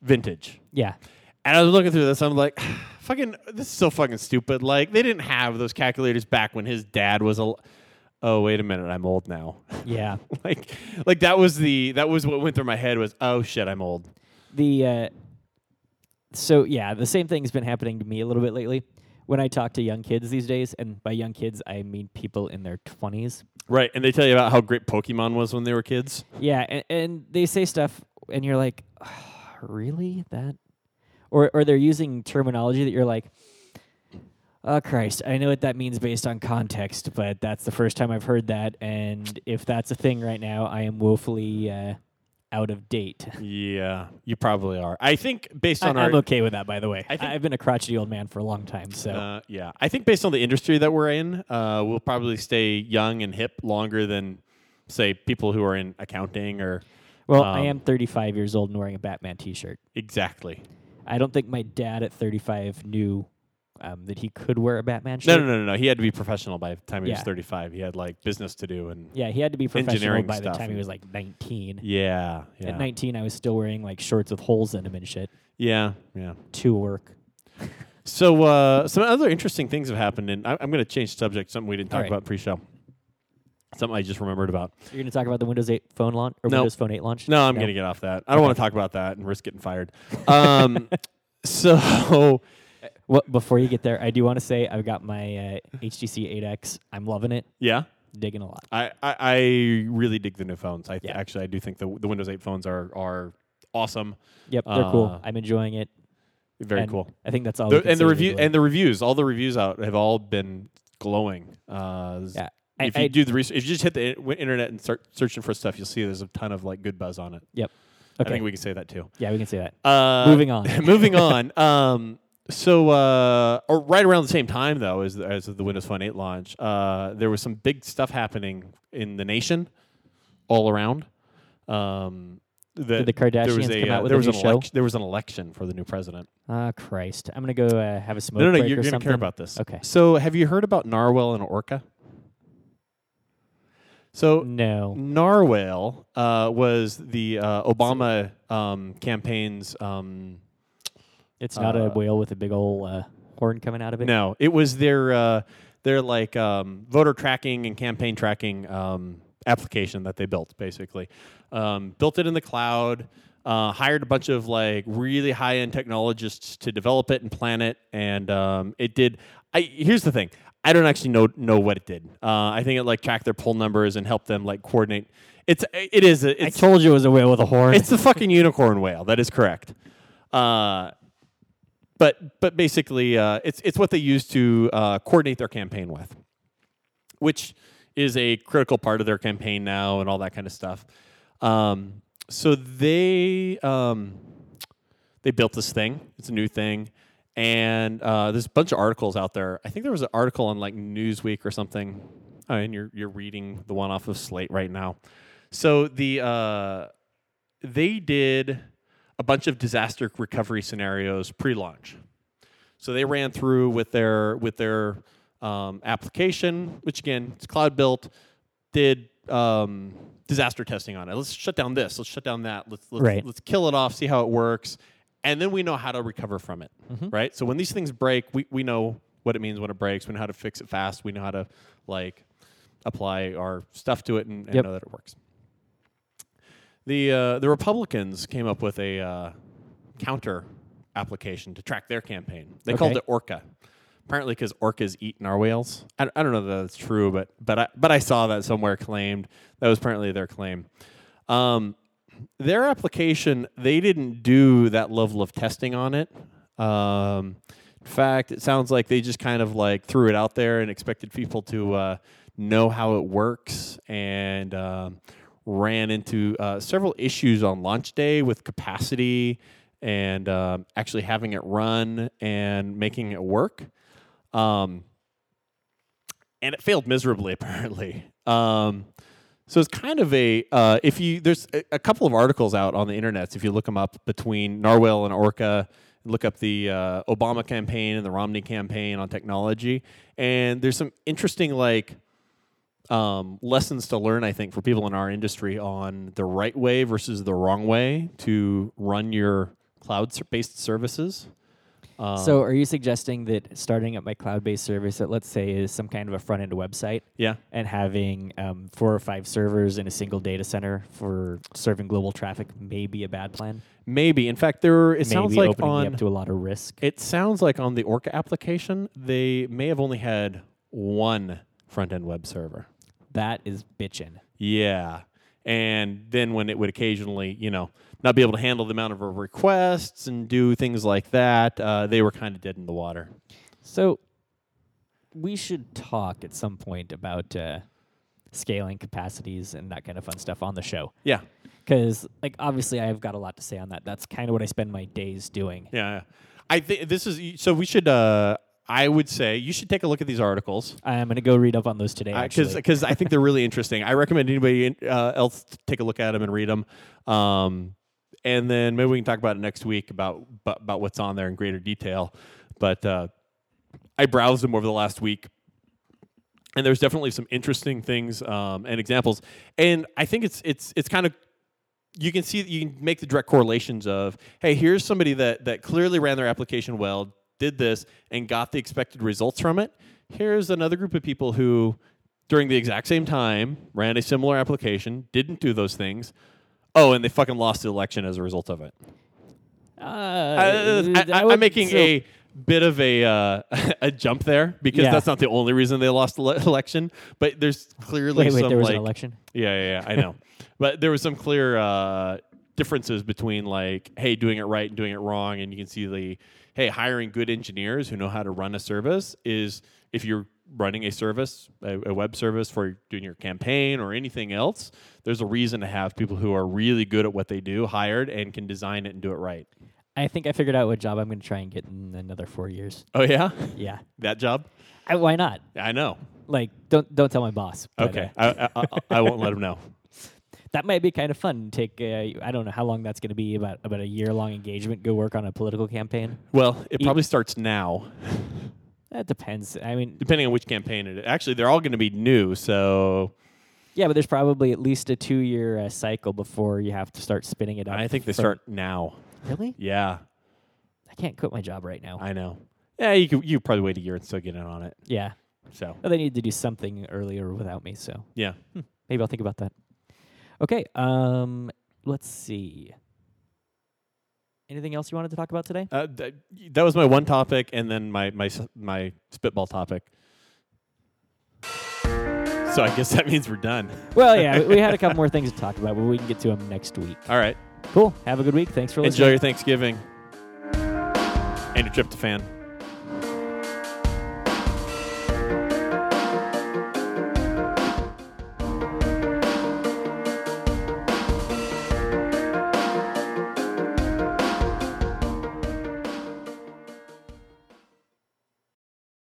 B: vintage.
A: Yeah.
B: And I was looking through this. I'm like, fucking, this is so fucking stupid. Like they didn't have those calculators back when his dad was a. Oh wait a minute, I'm old now.
A: Yeah.
B: like, like that was the that was what went through my head was oh shit, I'm old.
A: the uh, so yeah, the same thing's been happening to me a little bit lately. When I talk to young kids these days, and by young kids I mean people in their twenties.
B: Right, and they tell you about how great Pokemon was when they were kids.
A: Yeah, and, and they say stuff, and you're like, "Ah, really that, or or they're using terminology that you're like. Oh Christ! I know what that means based on context, but that's the first time I've heard that. And if that's a thing right now, I am woefully uh, out of date.
B: Yeah, you probably are. I think based
A: I,
B: on our
A: am okay with that, by the way. I
B: I think-
A: have been a crotchety old man for a long time, so
B: Uh, yeah, I think based on the industry that we're in, uh, we'll probably stay young and hip longer than, say, people who are in accounting or
A: Well, I
B: Um,
A: am 35 years old and wearing a Batman T-shirt.
B: exactly.
A: I don't think my dad at 35 knew um, that he could wear a Batman
B: No,
A: shirt.
B: no, no, no, no. He had to be professional by the time he
A: Yeah.
B: was thirty-five. He had like business to do and
A: Yeah, he had to be professional
B: Engineering
A: by the
B: stuff
A: time he
B: and-
A: was like 19.
B: yeah, yeah,
A: At 19, I was still wearing like shorts with holes in them and shit
B: yeah, yeah.
A: to work.
B: So uh, some other interesting things have happened, and I, I'm going to change the subject. Something we didn't
A: All
B: talk
A: right.
B: about pre-show. Something I just remembered about.
A: So you're gonna talk about the Windows 8 phone launch or
B: No.
A: Windows Phone 8 launch?
B: No, I'm going to get off that. I don't want to talk about that and risk getting fired. Um, so
A: Well, before you get there, I do want to say I've got my uh, HTC 8X. I'm loving it,
B: yeah,
A: digging a lot.
B: I, I, I really dig the new phones. I th-
A: Yeah.
B: actually I do think the the Windows 8 phones are are awesome,
A: Yep, they're cool.
B: Uh,
A: I'm enjoying it.
B: very
A: and
B: cool.
A: I think that's all. we
B: The-
A: can
B: and
A: say
B: the review
A: legally.
B: and the reviews, all the reviews out have all been glowing. Uh, s-
A: yeah, I-
B: If you
A: I-
B: do the research, if you just hit the in- internet and start searching for stuff, you'll see there's a ton of like good buzz on it.
A: yep.
B: I
A: Okay.
B: think we can say that too.
A: yeah, we can say that.
B: Uh,
A: Moving on.
B: moving on. Um, so, uh, or right around the same time though as as the Windows Phone 8 launch, uh, there was some big stuff happening in the nation, all around. Um, the,
A: Did the
B: there was
A: Kardashians
B: a,
A: come
B: uh,
A: out with a
B: there was
A: new
B: an
A: show?
B: elec- there was an election for the new president.
A: Ah, Christ. I'm going to go uh, have a smoke
B: No, no, no.
A: break
B: You're
A: or
B: going to
A: something.
B: care about this.
A: Okay.
B: So, have you heard about narwhal and orca? So,
A: No.
B: narwhal uh, was the uh, Obama um, campaign's um,
A: It's not a
B: Uh,
A: whale with a big old uh, horn coming out of it.
B: No, it was their uh, their like um, voter tracking and campaign tracking um, application that they built. Basically, um, built it in the cloud. Uh, hired a bunch of like really high end technologists to develop it and plan it, and um, it did. I here's the thing. I don't actually know know what it did. Uh, I think it like tracked their poll numbers and helped them like coordinate. It's it is a,
A: I
B: it's
A: told you it was a whale with a horn.
B: it's the fucking unicorn whale. That is correct. Uh, but but basically, uh, it's it's what they use to uh, coordinate their campaign with, which is a critical part of their campaign now and all that kind of stuff. Um, so they um, they built this thing. It's a new thing. And uh, there's a bunch of articles out there. I think there was an article on like Newsweek or something. Oh, and you're you're reading the one off of Slate right now. So the uh, they did a bunch of disaster recovery scenarios pre-launch. So they ran through with their with their um, application, which again it's cloud built. Did um, disaster testing on it. Let's shut down this. Let's shut down that. Let's let's,
A: Right.
B: let's kill it off. See how it works, and then we know how to recover from it.
A: Mm-hmm.
B: Right. So when these things break, we we know what it means when it breaks. We know how to fix it fast. We know how to like apply our stuff to it and, and
A: Yep.
B: know that it works. The uh, the Republicans came up with a uh, counter application to track their campaign. They called
A: Okay.
B: it Orca, apparently because orcas eat narwhals. I, I don't know that that's true, but but I but I saw that somewhere claimed that was apparently their claim. Um, their application, they didn't do that level of testing on it. Um, in fact, it sounds like they just kind of like threw it out there and expected people to uh, know how it works and um, ran into uh, several issues on launch day with capacity and um, actually having it run and making it work. Um, and it failed miserably apparently. Um, so it's kind of a uh, if you there's a, a couple of articles out on the internet if you look them up between Narwhal and Orca. Look up the uh, Obama campaign and the Romney campaign on technology, and there's some interesting like um, lessons to learn, I think, for people in our industry on the right way versus the wrong way to run your cloud-based services.
A: so are you suggesting that starting up my cloud-based service that let's say is some kind of a front-end website
B: Yeah,
A: and having um, four or five servers in a single data center for serving global traffic may be a bad plan?
B: maybe. In fact, there it sounds
A: Maybe
B: like
A: opening me
B: on
A: up to a lot of risk.
B: It sounds like on the Orca application, they may have only had one front end web server.
A: That is bitchin'.
B: Yeah. And then when it would occasionally, you know, not be able to handle the amount of requests and do things like that, uh, they were kind of dead in the water.
A: So we should talk at some point about uh, scaling capacities and that kind of fun stuff on the show.
B: Yeah.
A: Because, like, obviously, I've got a lot to say on that. That's kind of what I spend my days doing.
B: Yeah. yeah. I think this is so we should, uh, I would say you should take a look at these articles.
A: I'm going to go read up on those today.
B: because
A: actually.
B: because I think they're really interesting. I recommend anybody uh, else to take a look at them and read them. Um, and then maybe we can talk about it next week about about, about what's on there in greater detail. But uh, I browsed them over the last week, and there's definitely some interesting things um, and examples. And I think it's it's it's kind of you can see you can make the direct correlations of hey here's somebody that that clearly ran their application well did this and got the expected results from it here's another group of people who during the exact same time ran a similar application didn't do those things oh and they fucking lost the election as a result of it
A: Uh,
B: I,
A: I
B: am
A: would-
B: making
A: so-
B: a bit of a uh, a jump there because
A: Yeah.
B: that's not the only reason they lost the le- election but there's clearly
A: Wait, wait,
B: some
A: there was
B: like
A: an election?
B: yeah, yeah, yeah. I know. but there was some clear uh, differences between like, hey, doing it right and doing it wrong, and you can see the hey, hiring good engineers who know how to run a service is if you're running a service, a, a web service for doing your campaign or anything else, there's a reason to have people who are really good at what they do hired and can design it and do it right.
A: I think I figured out what job I'm going to try and get in another four years.
B: Oh yeah?
A: Yeah.
B: That job?
A: I, why not?
B: I know.
A: Like, don't don't tell my boss. but,
B: Okay.
A: uh,
B: I, I, I, I won't let them know.
A: that might be kind of fun. Take uh, I don't know how long that's going to be about about a year long engagement. Go work on a political campaign.
B: Well, it probably starts now.
A: That depends. I mean,
B: depending on which campaign it is. Actually, they're all going to be new, so
A: yeah, but there's probably at least a two year uh, cycle before you have to start spinning it up.
B: I think they
A: from-
B: start now.
A: really.
B: Yeah.
A: I can't quit my job right now.
B: I know. Yeah, you could you could probably wait a year and still get in on it.
A: yeah.
B: So
A: Well, Oh, they need to do something earlier without me, so
B: yeah,
A: maybe I'll think about that. Okay. Um. Let's see. Anything else you wanted to talk about today?
B: uh, th- that was my one topic, and then my my s- my spitball topic. So I guess that means we're done.
A: Well, yeah, we we had a couple more things to talk about, but we can get to them next week.
B: All right,
A: Cool. Have a good week. Thanks for listening.
B: enjoy your Thanksgiving and your tryptophan.